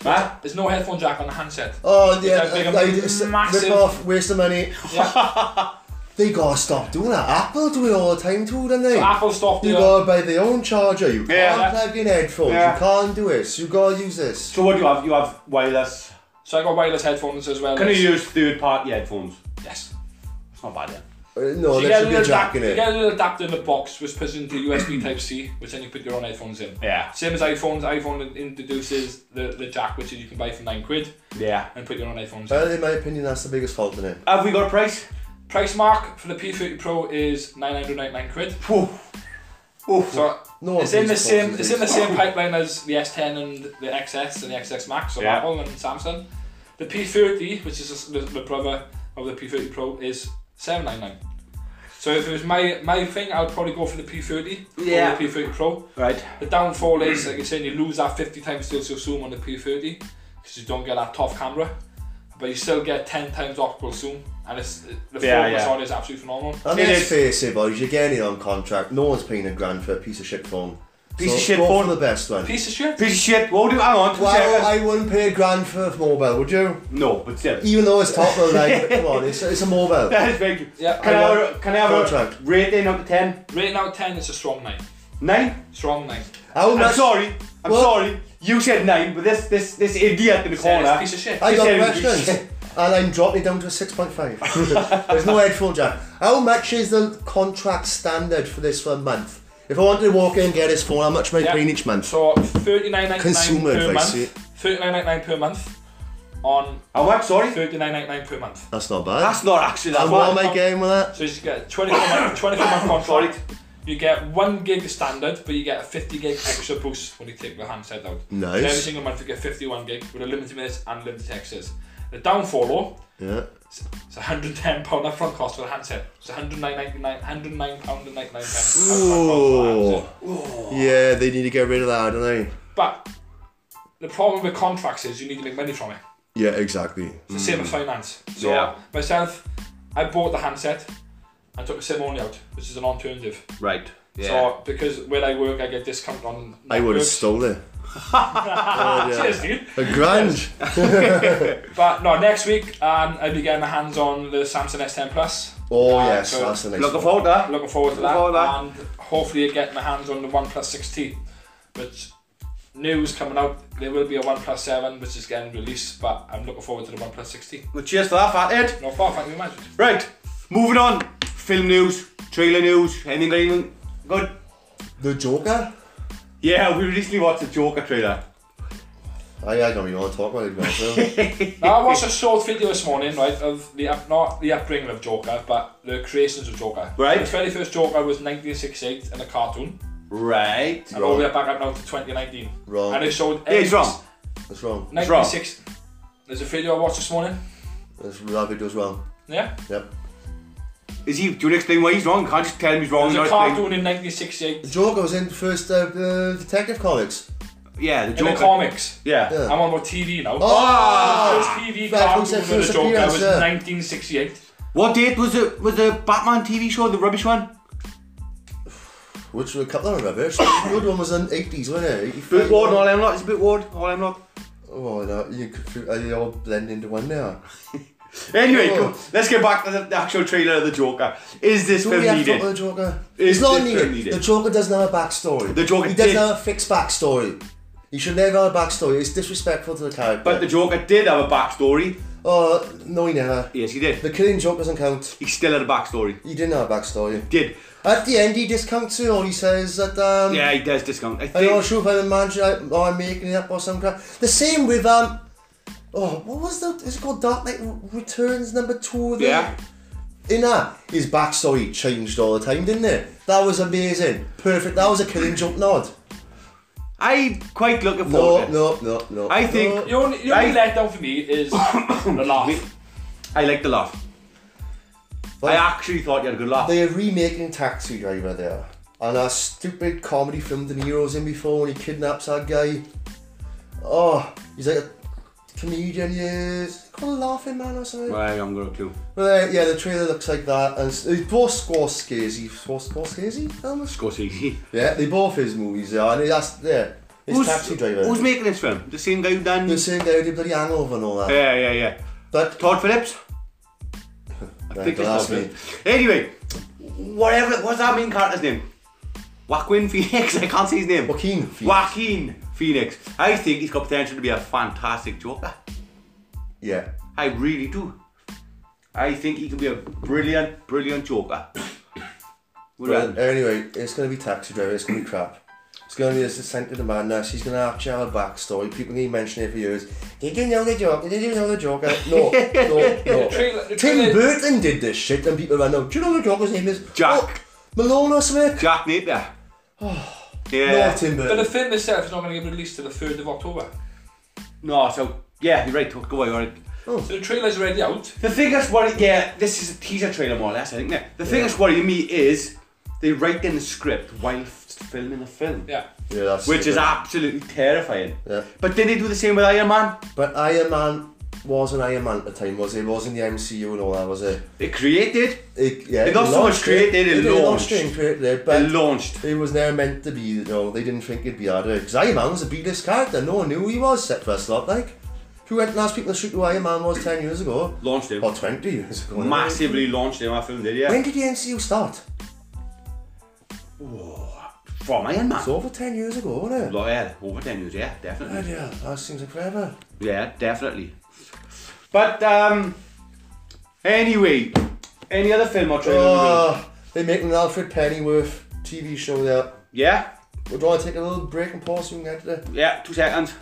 S1: huh?
S3: There's no headphone jack on the handset.
S2: Oh, yeah.
S3: It's like a
S2: Like, like, it's-
S3: massive-
S2: rip off, waste the money.
S3: Yeah.
S2: They gotta stop doing that. Apple do it all the time too, don't they?
S3: Apple stopped
S2: you
S3: the
S2: gotta buy their own charger. You
S1: Yeah.
S2: can't plug in headphones.
S1: Yeah.
S2: You can't do this. You gotta use this.
S1: So what do you have? You have wireless.
S3: So I got wireless headphones as well.
S1: Can you
S3: as-
S1: use third-party headphones?
S3: Yes.
S1: It's not bad then.
S2: Uh, No,
S3: So you
S2: there should
S3: get, a
S2: be
S3: little
S2: a jack
S3: adap-
S2: in
S3: you
S2: it.
S3: get a little adapter in the box which puts into USB Type C, which then you put your own headphones in.
S1: Yeah.
S3: Same as iPhones, iPhone introduces the, the jack which you can buy for 9 quid
S1: Yeah.
S3: and put your own headphones in.
S2: Well, in my opinion, that's the biggest fault in it.
S1: Have we got a price?
S3: Price mark for the P30 Pro is 999 quid.
S1: Oof. Oof.
S3: So
S2: No one
S3: it's in the
S2: thinks
S3: same
S2: about
S3: it's
S2: these
S3: in the same pipeline as the S10 and the XS and the XS Max of
S1: Yeah.
S3: Apple and Samsung. The P30, which is the, the brother of the P30 Pro, is 799. So if it was my my thing, I'd probably go for the P30
S1: Yeah.
S3: over the P30 Pro.
S1: Right.
S3: The downfall is, like you're saying, you lose that 50 times still so soon on the P30 because you don't get that tough camera, but you still get 10 times optical zoom, and it's the
S1: Yeah,
S3: focus
S1: yeah.
S3: on it is absolutely phenomenal.
S2: And
S1: It
S2: let's
S1: is.
S2: face it, boys, you're getting it on contract. No one's paying a grand for a piece of shit phone.
S1: Piece
S2: So
S1: of shit
S2: go
S1: phone.
S2: For the best one.
S3: Piece of shit.
S1: Piece of shit. What do hang on? two
S2: Well,
S1: seconds.
S2: I wouldn't pay a grand for a mobile, would you?
S1: no, but still.
S2: Even though it's top of the line, but come on, it's, it's a mobile.
S1: [laughs] That is big.
S3: Yeah.
S1: Can I,
S2: I
S1: have, a- can I have
S2: contract.
S1: a rating up to 10?
S3: Right now, 10 is a strong 9.
S1: Nine?
S3: Strong 9.
S2: How
S1: I'm
S2: much?
S1: sorry. I'm
S2: Well-
S1: sorry. You said nine, but this this this idiot in the
S3: Said it's a
S1: corner.
S3: piece of shit.
S2: I
S1: She
S2: got
S1: said it was
S2: questions,
S1: shit.
S2: and I'm dropping it down to a 6.5. [laughs] There's no headphone jack. How much is the contract standard for this for a month? If I wanted to walk in and get this phone, how much am I
S3: Yeah.
S2: paying each month?
S3: So 39.99
S2: Consumer
S3: per
S2: advice,
S3: month.
S2: yeah.
S3: 39.99 per month on
S1: How much? Sorry.
S3: 39.99 per month.
S2: That's not bad.
S1: That's not actually that
S2: and what am
S1: bad.
S2: I getting with that?
S3: So you get 24 month, 24 month
S1: Sorry.
S3: contract. You get one gig standard, but you get a 50 gig extra boost when you take the handset out. So every
S2: Nice.
S3: single month you get 51 gig with a limited minutes and limited access. The downfall though,
S2: Yeah.
S3: it's 110 pound upfront cost for the handset. It's 109.99, 109 pound and 99 pence.
S2: Ooh. Yeah, they need to get rid of that, don't they?
S3: But the problem with contracts is you need to make money from it.
S2: Yeah, exactly.
S3: It's the same with finance. So
S1: Yeah.
S3: myself, I bought the handset and took the SIM only out, which is an alternative.
S1: Right.
S3: So because where I work, I get discount on.
S2: I would have
S3: networks.
S1: [laughs]
S2: stole it. Oh, yeah.
S3: Cheers, dude.
S2: A grand.
S3: But no, next week um, I'll be getting my hands on the Samsung S10 Plus.
S2: Oh
S3: Uh,
S2: yes,
S3: so
S2: that's the next.
S1: Looking
S2: one.
S1: forward to that.
S3: Looking forward to
S1: Looking
S3: that,
S1: forward to that.
S3: and hopefully get my hands on the OnePlus 6T. But news coming out, there will be a OnePlus 7 which is getting released, but I'm looking forward to the OnePlus 6T.
S1: Well, cheers to that, fat Ed.
S3: No far, thank you very
S1: [laughs]
S3: much.
S1: Right. Moving on. Film news, trailer news, anything going good?
S2: The Joker.
S1: Yeah, we recently watched the Joker trailer.
S2: I, I don't even want to talk about it. to be honest
S1: [laughs]
S2: with you.
S3: Now, I watched a short video this morning, right, of the up, not the upbringing of Joker, but the creations of Joker.
S1: Right.
S3: The very first Joker was 1968 in a cartoon,
S1: Right.
S3: and all the way back up now to 2019.
S2: Wrong.
S3: And it showed.
S1: Yeah, he's wrong.
S2: That's wrong.
S3: 96. There's a video I watched this morning.
S2: That's that video's wrong.
S3: Yeah.
S2: Yep.
S1: Is he? Do you want to explain why he's wrong? Can't just tell him he's wrong.
S3: There's a
S1: and not explain-
S3: cartoon in 1968
S2: The Joker was in the first uh, uh, Detective Comics.
S1: Yeah, the
S3: in
S1: Joker.
S3: the comics.
S1: Yeah.
S2: Yeah.
S3: I'm on about TV now.
S2: Oh!
S3: The first TV
S2: Right,
S3: cartoon
S2: who's that
S3: of the
S2: first
S3: Joker
S2: appearance,
S3: was
S2: yeah.
S3: 1968.
S1: What date was it? Was the Batman TV show the rubbish one?
S2: Which were a couple of rubbish. the good one was in the 80s, wasn't it? 85.
S1: Boot Ward and All Em Lot. Is it Boot Ward? All Em Lot.
S2: Oh, no, you could, are you all blend into one now?
S1: Anyway,
S2: Oh.
S1: go- let's get back to the, the actual trailer of the Joker. Is this
S2: Do
S1: film
S2: we have to talk
S1: needed?
S2: about the Joker?
S1: Is
S2: It's not
S1: this film
S2: needed.
S1: needed?
S2: The Joker doesn't have a backstory.
S1: The Joker
S2: He doesn't
S1: did.
S2: have a fixed backstory. He should never have a backstory. It's disrespectful to the character.
S1: But the Joker did have a backstory.
S2: Oh, no, he never.
S1: Yes, he did.
S2: The killing joke doesn't count.
S1: He still had a backstory.
S2: He didn't have a backstory.
S1: Did.
S2: At the end, he discounts it all. He says that, um,
S1: Yeah, he does discount. I
S2: I'm
S1: think.
S2: not sure if I'm imagining or I'm making it up or some crap. The same with, um, oh, what was the, is it called Dark Knight Returns number two? of the-
S1: Yeah.
S2: In that, his backstory changed all the time, didn't it? That was amazing. Perfect. That was a killing jump nod.
S1: I'm quite looking forward to
S2: No,
S1: it.
S2: no, no, no.
S1: I think-
S3: The only, the only
S2: [coughs]
S1: Right.
S3: letdown for me is the laugh.
S1: I like the laugh. I actually thought you had a good laugh.
S2: They are remaking Taxi Driver there. And that stupid comedy film De Niro's in before when he kidnaps that guy. Oh, he's like a comedian, he is. Called a laughing man or something.
S1: Well, I haven't got a clue.
S2: But uh, yeah, the trailer looks like that. And s- they both Scorsese. Scors- Scorsese? Um,
S1: Scorsese.
S2: Yeah, they both his movies are. And that's, yeah, it's
S1: Who's,
S2: Taxi Driver.
S1: who's making this film? The same guy who done.
S2: the same guy who did bloody Hangover and all that.
S1: Yeah, yeah, yeah.
S2: But,
S1: Todd
S2: [laughs]
S1: Phillips. I
S2: Right,
S1: think it's
S2: don't
S1: Todd
S2: ask me.
S1: Phillips. Anyway, whatever. What's that main character's name? Joaquin Phoenix. [laughs] I can't say his name.
S2: Joaquin Phoenix.
S1: Joaquin Phoenix. I think he's got potential to be a fantastic Joker.
S2: Yeah.
S1: I really do. I think he could be a brilliant, brilliant
S2: [coughs]
S1: Joker. What
S2: But
S1: else?
S2: anyway, it's going to be Taxi Driver. It's going to be crap. It's going to be this descent into madness. He's going to have to have a backstory. People need mention it for years. Did you know the Joker? Did you know the Joker?
S1: [laughs]
S2: No, no, no.
S3: Trailer- the
S2: Tim
S3: trailer-
S2: Burton did this shit, and people ran out. Do you know the Joker's name is
S1: Jack.
S2: Oh, Malone or something?
S1: Jack
S2: [sighs]
S1: Napier.
S2: No,
S1: yeah.
S2: Tim
S3: But the
S2: Burton.
S3: film itself is not going to get released till the 3rd of October.
S1: No, so yeah, you're right. Go away, you're right.
S3: So the trailer's already out.
S1: The thing that's worrying, yeah, this is a teaser trailer more or less, I think. Yeah. The thing that's worrying me is they write in the script while f- filming the film,
S3: Yeah.
S2: Yeah, that's
S1: which is
S2: stupid.
S1: absolutely terrifying.
S2: Yeah.
S1: But did they do the same with Iron Man?
S2: But Iron Man wasn't Iron Man at the time, was it? It wasn't the MCU and all that, was it?
S1: They created,
S2: It, yeah,
S1: They got so much
S2: launched
S1: created, they
S2: They
S1: launched.
S2: launched it and created it,
S1: they
S2: but
S1: launched.
S2: It was never meant to be, you know, they didn't think it'd be harder. Because Iron Man was a B-list character, no one knew who he was, except for a slot, like. Who went and asked people to shoot who Iron Man was 10 years ago?
S1: Launched him.
S2: Or 20 years ago.
S1: Massively launched him, I film did, yeah.
S2: When did the MCU start?
S1: From Iron Man.
S2: It's over 10 years ago, wasn't it?
S1: Lo- yeah, over 10 years, yeah, definitely.
S2: Bloody hell, that seems like forever.
S1: Yeah, definitely. But, um, anyway, any other film or trailer? we will-
S2: Oh, they're making an Alfred Pennyworth TV show there.
S1: Yeah,
S2: We do you want to take a little break and pause so we can get to the...
S1: yeah, two seconds.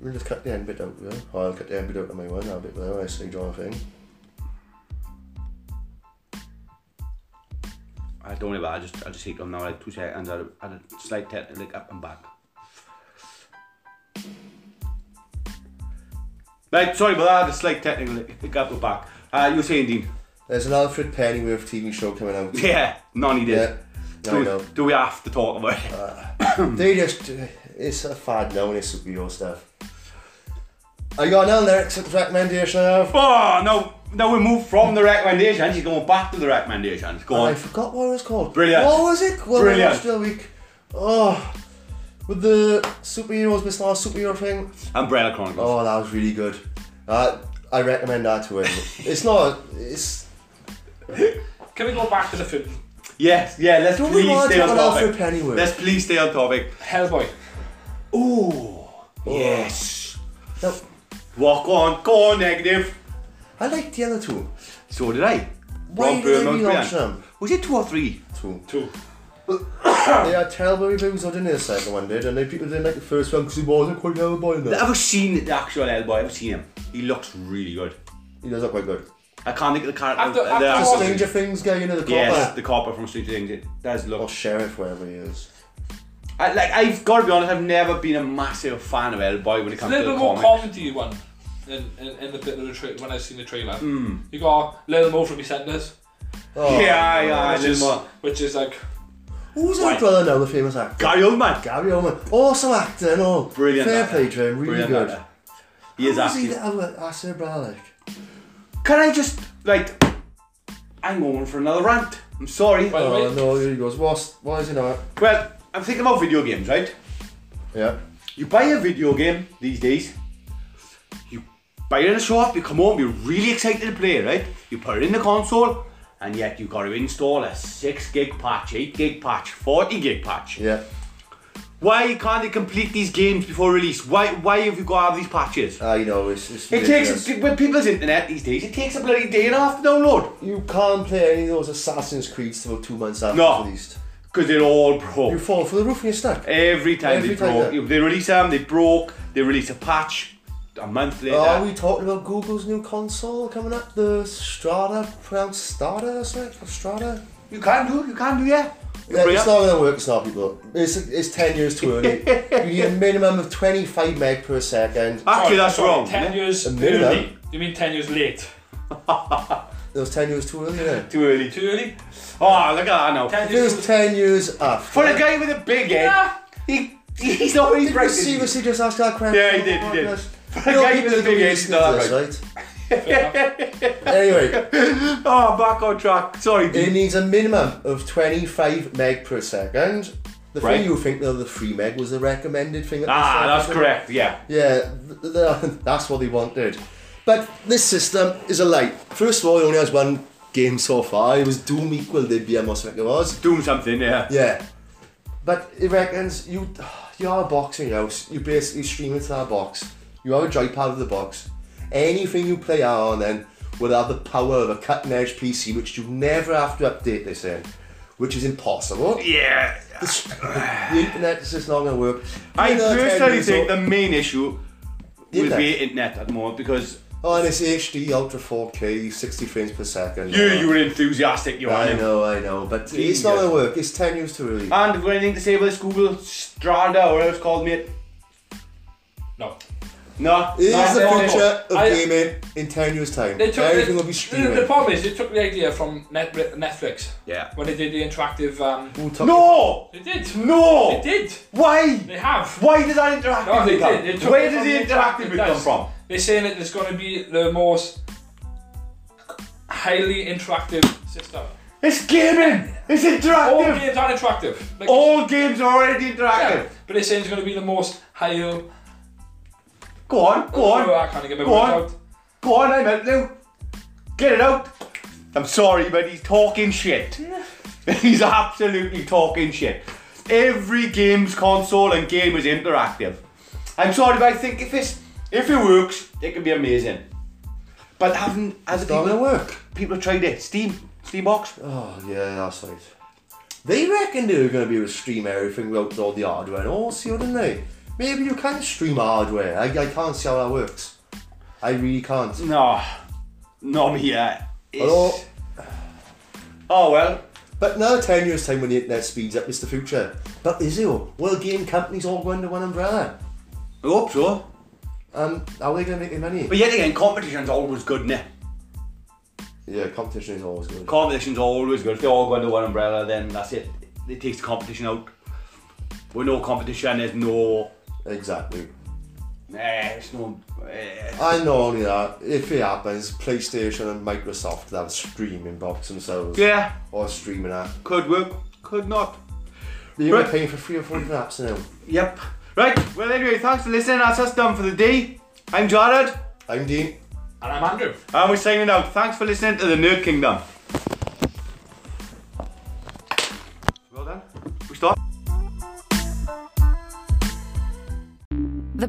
S2: We'll just cut the end bit out, yeah? Or I'll cut the end bit out of my one, I'll bit there, I see, do you want a thing?
S1: I don't know, but I just I just hate them now. Like two seconds, I had a- I had a slight tet like up and back. Right, sorry, but I had a slight technical hic- up and back. Uh, you were saying, Dean?
S2: There's an Alfred Pennyworth TV show coming out.
S1: Yeah, none he
S2: [laughs] Yeah.
S1: did.
S2: I
S1: do,
S2: know. Uh.
S1: do we have to talk about it?
S2: They just, it's a fad now and it's superhero stuff. I got another lyrics recommendation of.
S1: [laughs] oh, no, now we move from the recommendations, you're going back to the recommendations. Go
S2: I
S1: on.
S2: forgot what it was called.
S1: Brilliant.
S2: What was it? What
S1: Brilliant.
S2: Brilliant. The week. Oh, with the superheroes, Miss Last superhero thing.
S1: Umbrella Chronicles.
S2: Oh, that was really good. Uh, I recommend that
S1: [laughs]
S2: to him. it's not. It's.
S3: Can we go back to the film?
S1: Yes, yeah, let's
S2: Don't we
S1: please
S2: want to
S1: stay
S2: talk
S1: on
S2: about
S1: topic.
S2: Alfred Pennyworth?
S1: Let's please stay on topic.
S3: Hellboy.
S1: Ooh,
S2: Oh.
S1: yes.
S2: No,
S1: Walk on, go on, negative.
S2: I liked the other two.
S1: So did I.
S2: Why
S1: Rob
S2: did they
S1: Burn, Mount
S2: relaunch
S1: Bryan.
S2: them?
S1: Was it two or three?
S2: Two.
S3: Two.
S2: They had terrible reviews, though, didn't they? The second one did, and they people didn't like the first one because he wasn't quite Hellboy in
S1: I've
S2: there.
S1: never seen the actual Hellboy. I've seen him. He looks really good.
S2: He does look quite good.
S1: I can't think of the character.
S3: After-
S1: the
S3: after
S1: actor.
S3: watching-
S2: Stranger Things guy, you know the copper.
S1: Yes, the copper from Stranger Things. It does
S2: or
S1: look.
S2: sheriff, wherever he is.
S1: I, like I've got to be honest. I've never been a massive fan of Hellboy when it
S3: A
S1: comes to
S3: little
S1: the
S3: bit more
S1: comic.
S3: comedy one in, in, in the bit of the tra- when I've seen the trailer.
S1: Hmm.
S3: You got Little Mo from EastEnders,
S2: Oh,
S1: yeah, yeah, a
S3: which is,
S1: little more.
S3: which is like
S2: Who's
S1: Right.
S2: our brother now, the famous actor?
S1: Gary Oldman.
S2: Gary Oldman. Awesome actor and all.
S1: Brilliant.
S2: Fair
S1: actor.
S2: play to him, really
S1: Brilliant
S2: good.
S1: actor. He is
S2: Who's he
S1: actually.
S2: that I said, Bralick?
S1: Can I just like? I'm going for another rant. I'm sorry.
S3: Well-
S2: Oh,
S3: Wait.
S2: no, here he goes. What's, why is he not?
S1: Well, I'm thinking about video games, right?
S2: Yeah.
S1: You buy a video game these days, you buy it in a shop, you come home, you're really excited to play it, right? You put it in the console, and yet you gotta install a 6 gig patch, 8 gig patch, 40 gig patch.
S2: Yeah.
S1: Why can't they complete these games before release? Why why have you gotta have these patches?
S2: I know, it's, it's
S1: it takes,
S2: ridiculous.
S1: with people's internet these days, it takes a bloody day and a half to download.
S2: You can't play any of those Assassin's Creeds till about two months after
S1: No.
S2: it's released.
S1: Because they're all
S2: You
S1: broke.
S2: fall for the roof and you're stuck.
S1: Every time
S2: Every
S1: they
S2: time
S1: broke.
S2: they-
S1: They release them, they broke, they release a patch a month later.
S2: Are we talking about Google's new console coming up? The Strata, pronounced Strata or something? Strata?
S1: You can't do it, you can't do that.
S2: Yeah, it's not gonna work, it's not people. It's, it's 10 years too
S1: [laughs]
S2: early. you need a minimum of 25 meg per second.
S1: Actually, that's
S3: sorry,
S1: wrong.
S3: Ten
S1: yeah?
S3: years
S2: A minimum.
S3: early. You mean ten years late?
S2: It was 10 years too early, innit?
S1: Too early.
S3: Too early.
S1: Oh, look at that now.
S3: Ten
S2: If it
S3: years
S2: was 10 years after.
S1: For a guy with a big head, he, he's already
S2: Did we
S1: breaking. [laughs]
S2: seriously just ask that question?
S1: Yeah, he did, he did.
S2: For
S1: a guy with a big head, he's not
S2: right? [laughs] anyway,
S1: Oh, back on track. Sorry, dude.
S2: it needs a minimum of 25 meg per second. The thing
S1: Right.
S2: you think though, the 3 meg was the recommended thing at the
S1: Ah,
S2: start,
S1: that's
S2: wasn't it?
S1: correct. Yeah.
S2: Yeah, th- th- [laughs] that's what they wanted. But this system is a lie. First of all, it only has one game so far. It was Doom Equal DBM or something it was.
S1: Doing something. Yeah.
S2: Yeah. But it reckons you you have a box in your house, you basically stream into that box. You have a joypad of the box. Anything you play on then will have the power of a cutting edge PC which you never have to update this in. Which is impossible.
S1: Yeah.
S2: the internet is just not gonna work.
S1: I
S2: Even though it's
S1: personally
S2: 10 years
S1: think the main issue will
S2: Internet.
S1: be internet at the moment because
S2: Oh, and it's HD Ultra 4K, 60 frames per second. Oh,
S1: you you were enthusiastic. You
S2: I
S1: are.
S2: know, I know, but it's not gonna work. It's 10 years too early.
S1: And if anything to say about this Google Strada or whatever it's called, mate.
S3: No.
S1: No.
S2: It
S1: no,
S2: is the
S1: no, no.
S2: future of
S3: I-
S2: gaming in 10 years' time.
S3: They took
S2: Everything
S3: the,
S2: will be streaming.
S3: The, the problem is, they took the idea from Net, Netflix
S1: Yeah.
S3: when they did the interactive. Um,
S2: Who took it?
S1: No.
S3: they did. They
S1: No.
S3: did.
S1: Why?
S3: They have.
S1: Why did that interactive
S3: No, they
S1: become?
S3: did. They took
S1: Where
S3: it
S1: did
S3: from
S1: the
S3: the
S1: interactive
S3: interactive
S1: become
S3: does.
S1: from?
S3: They're saying that it's going to be the most highly interactive system.
S1: It's gaming. It's
S3: All
S1: interactive.
S3: games are interactive. Like,
S1: All games are already
S3: yeah,
S1: interactive.
S3: but they're saying it's going to be the most high. Go
S1: Go on. Go on.
S3: I can't get my
S1: Go
S3: words
S1: on.
S3: out.
S1: Go on, I'm out now. Get it out. I'm sorry, but he's talking shit. [laughs] he's absolutely talking shit. Every game's console and game is interactive. I'm sorry, but I think if it's if it works, it can be amazing. But haven't other
S2: It's not gonna
S1: people
S2: work.
S1: people have tried it? Steam, Steambox.
S2: Oh, yeah, that's right. They reckoned they were gonna be able to stream everything without all the hardware and all, see, didn't they? Maybe you can stream hardware. I, I can't see how that works. I really can't.
S1: No, not me yet. It's-
S2: Hello?
S1: Oh well.
S2: But now, 10 years' time when the internet speeds up, it's the future. But is it? Will game companies all go under one umbrella?
S1: I hope so.
S2: And how are they gonna make their money?
S1: But yet again, competition's always good, isn't it?
S2: Yeah, competition is always good.
S1: competition's always good. If they all go under one umbrella, then that's it. It takes the competition out. With no competition, there's no.
S2: Exactly.
S1: Eh, it's no. Eh.
S2: And not only that, if it happens, PlayStation and Microsoft will have a streaming box themselves.
S1: Yeah,
S2: Or a streaming app.
S1: could work, could not.
S2: You're
S1: Right.
S2: paying for three or four different apps now.
S1: Yep. Right, well, anyway, thanks for listening. That's us done for the day. I'm Jared,
S2: I'm Dean.
S3: And I'm Andrew.
S1: and we're signing out. Thanks for listening to the Nerd Kingdom. Well done. We stop.
S4: The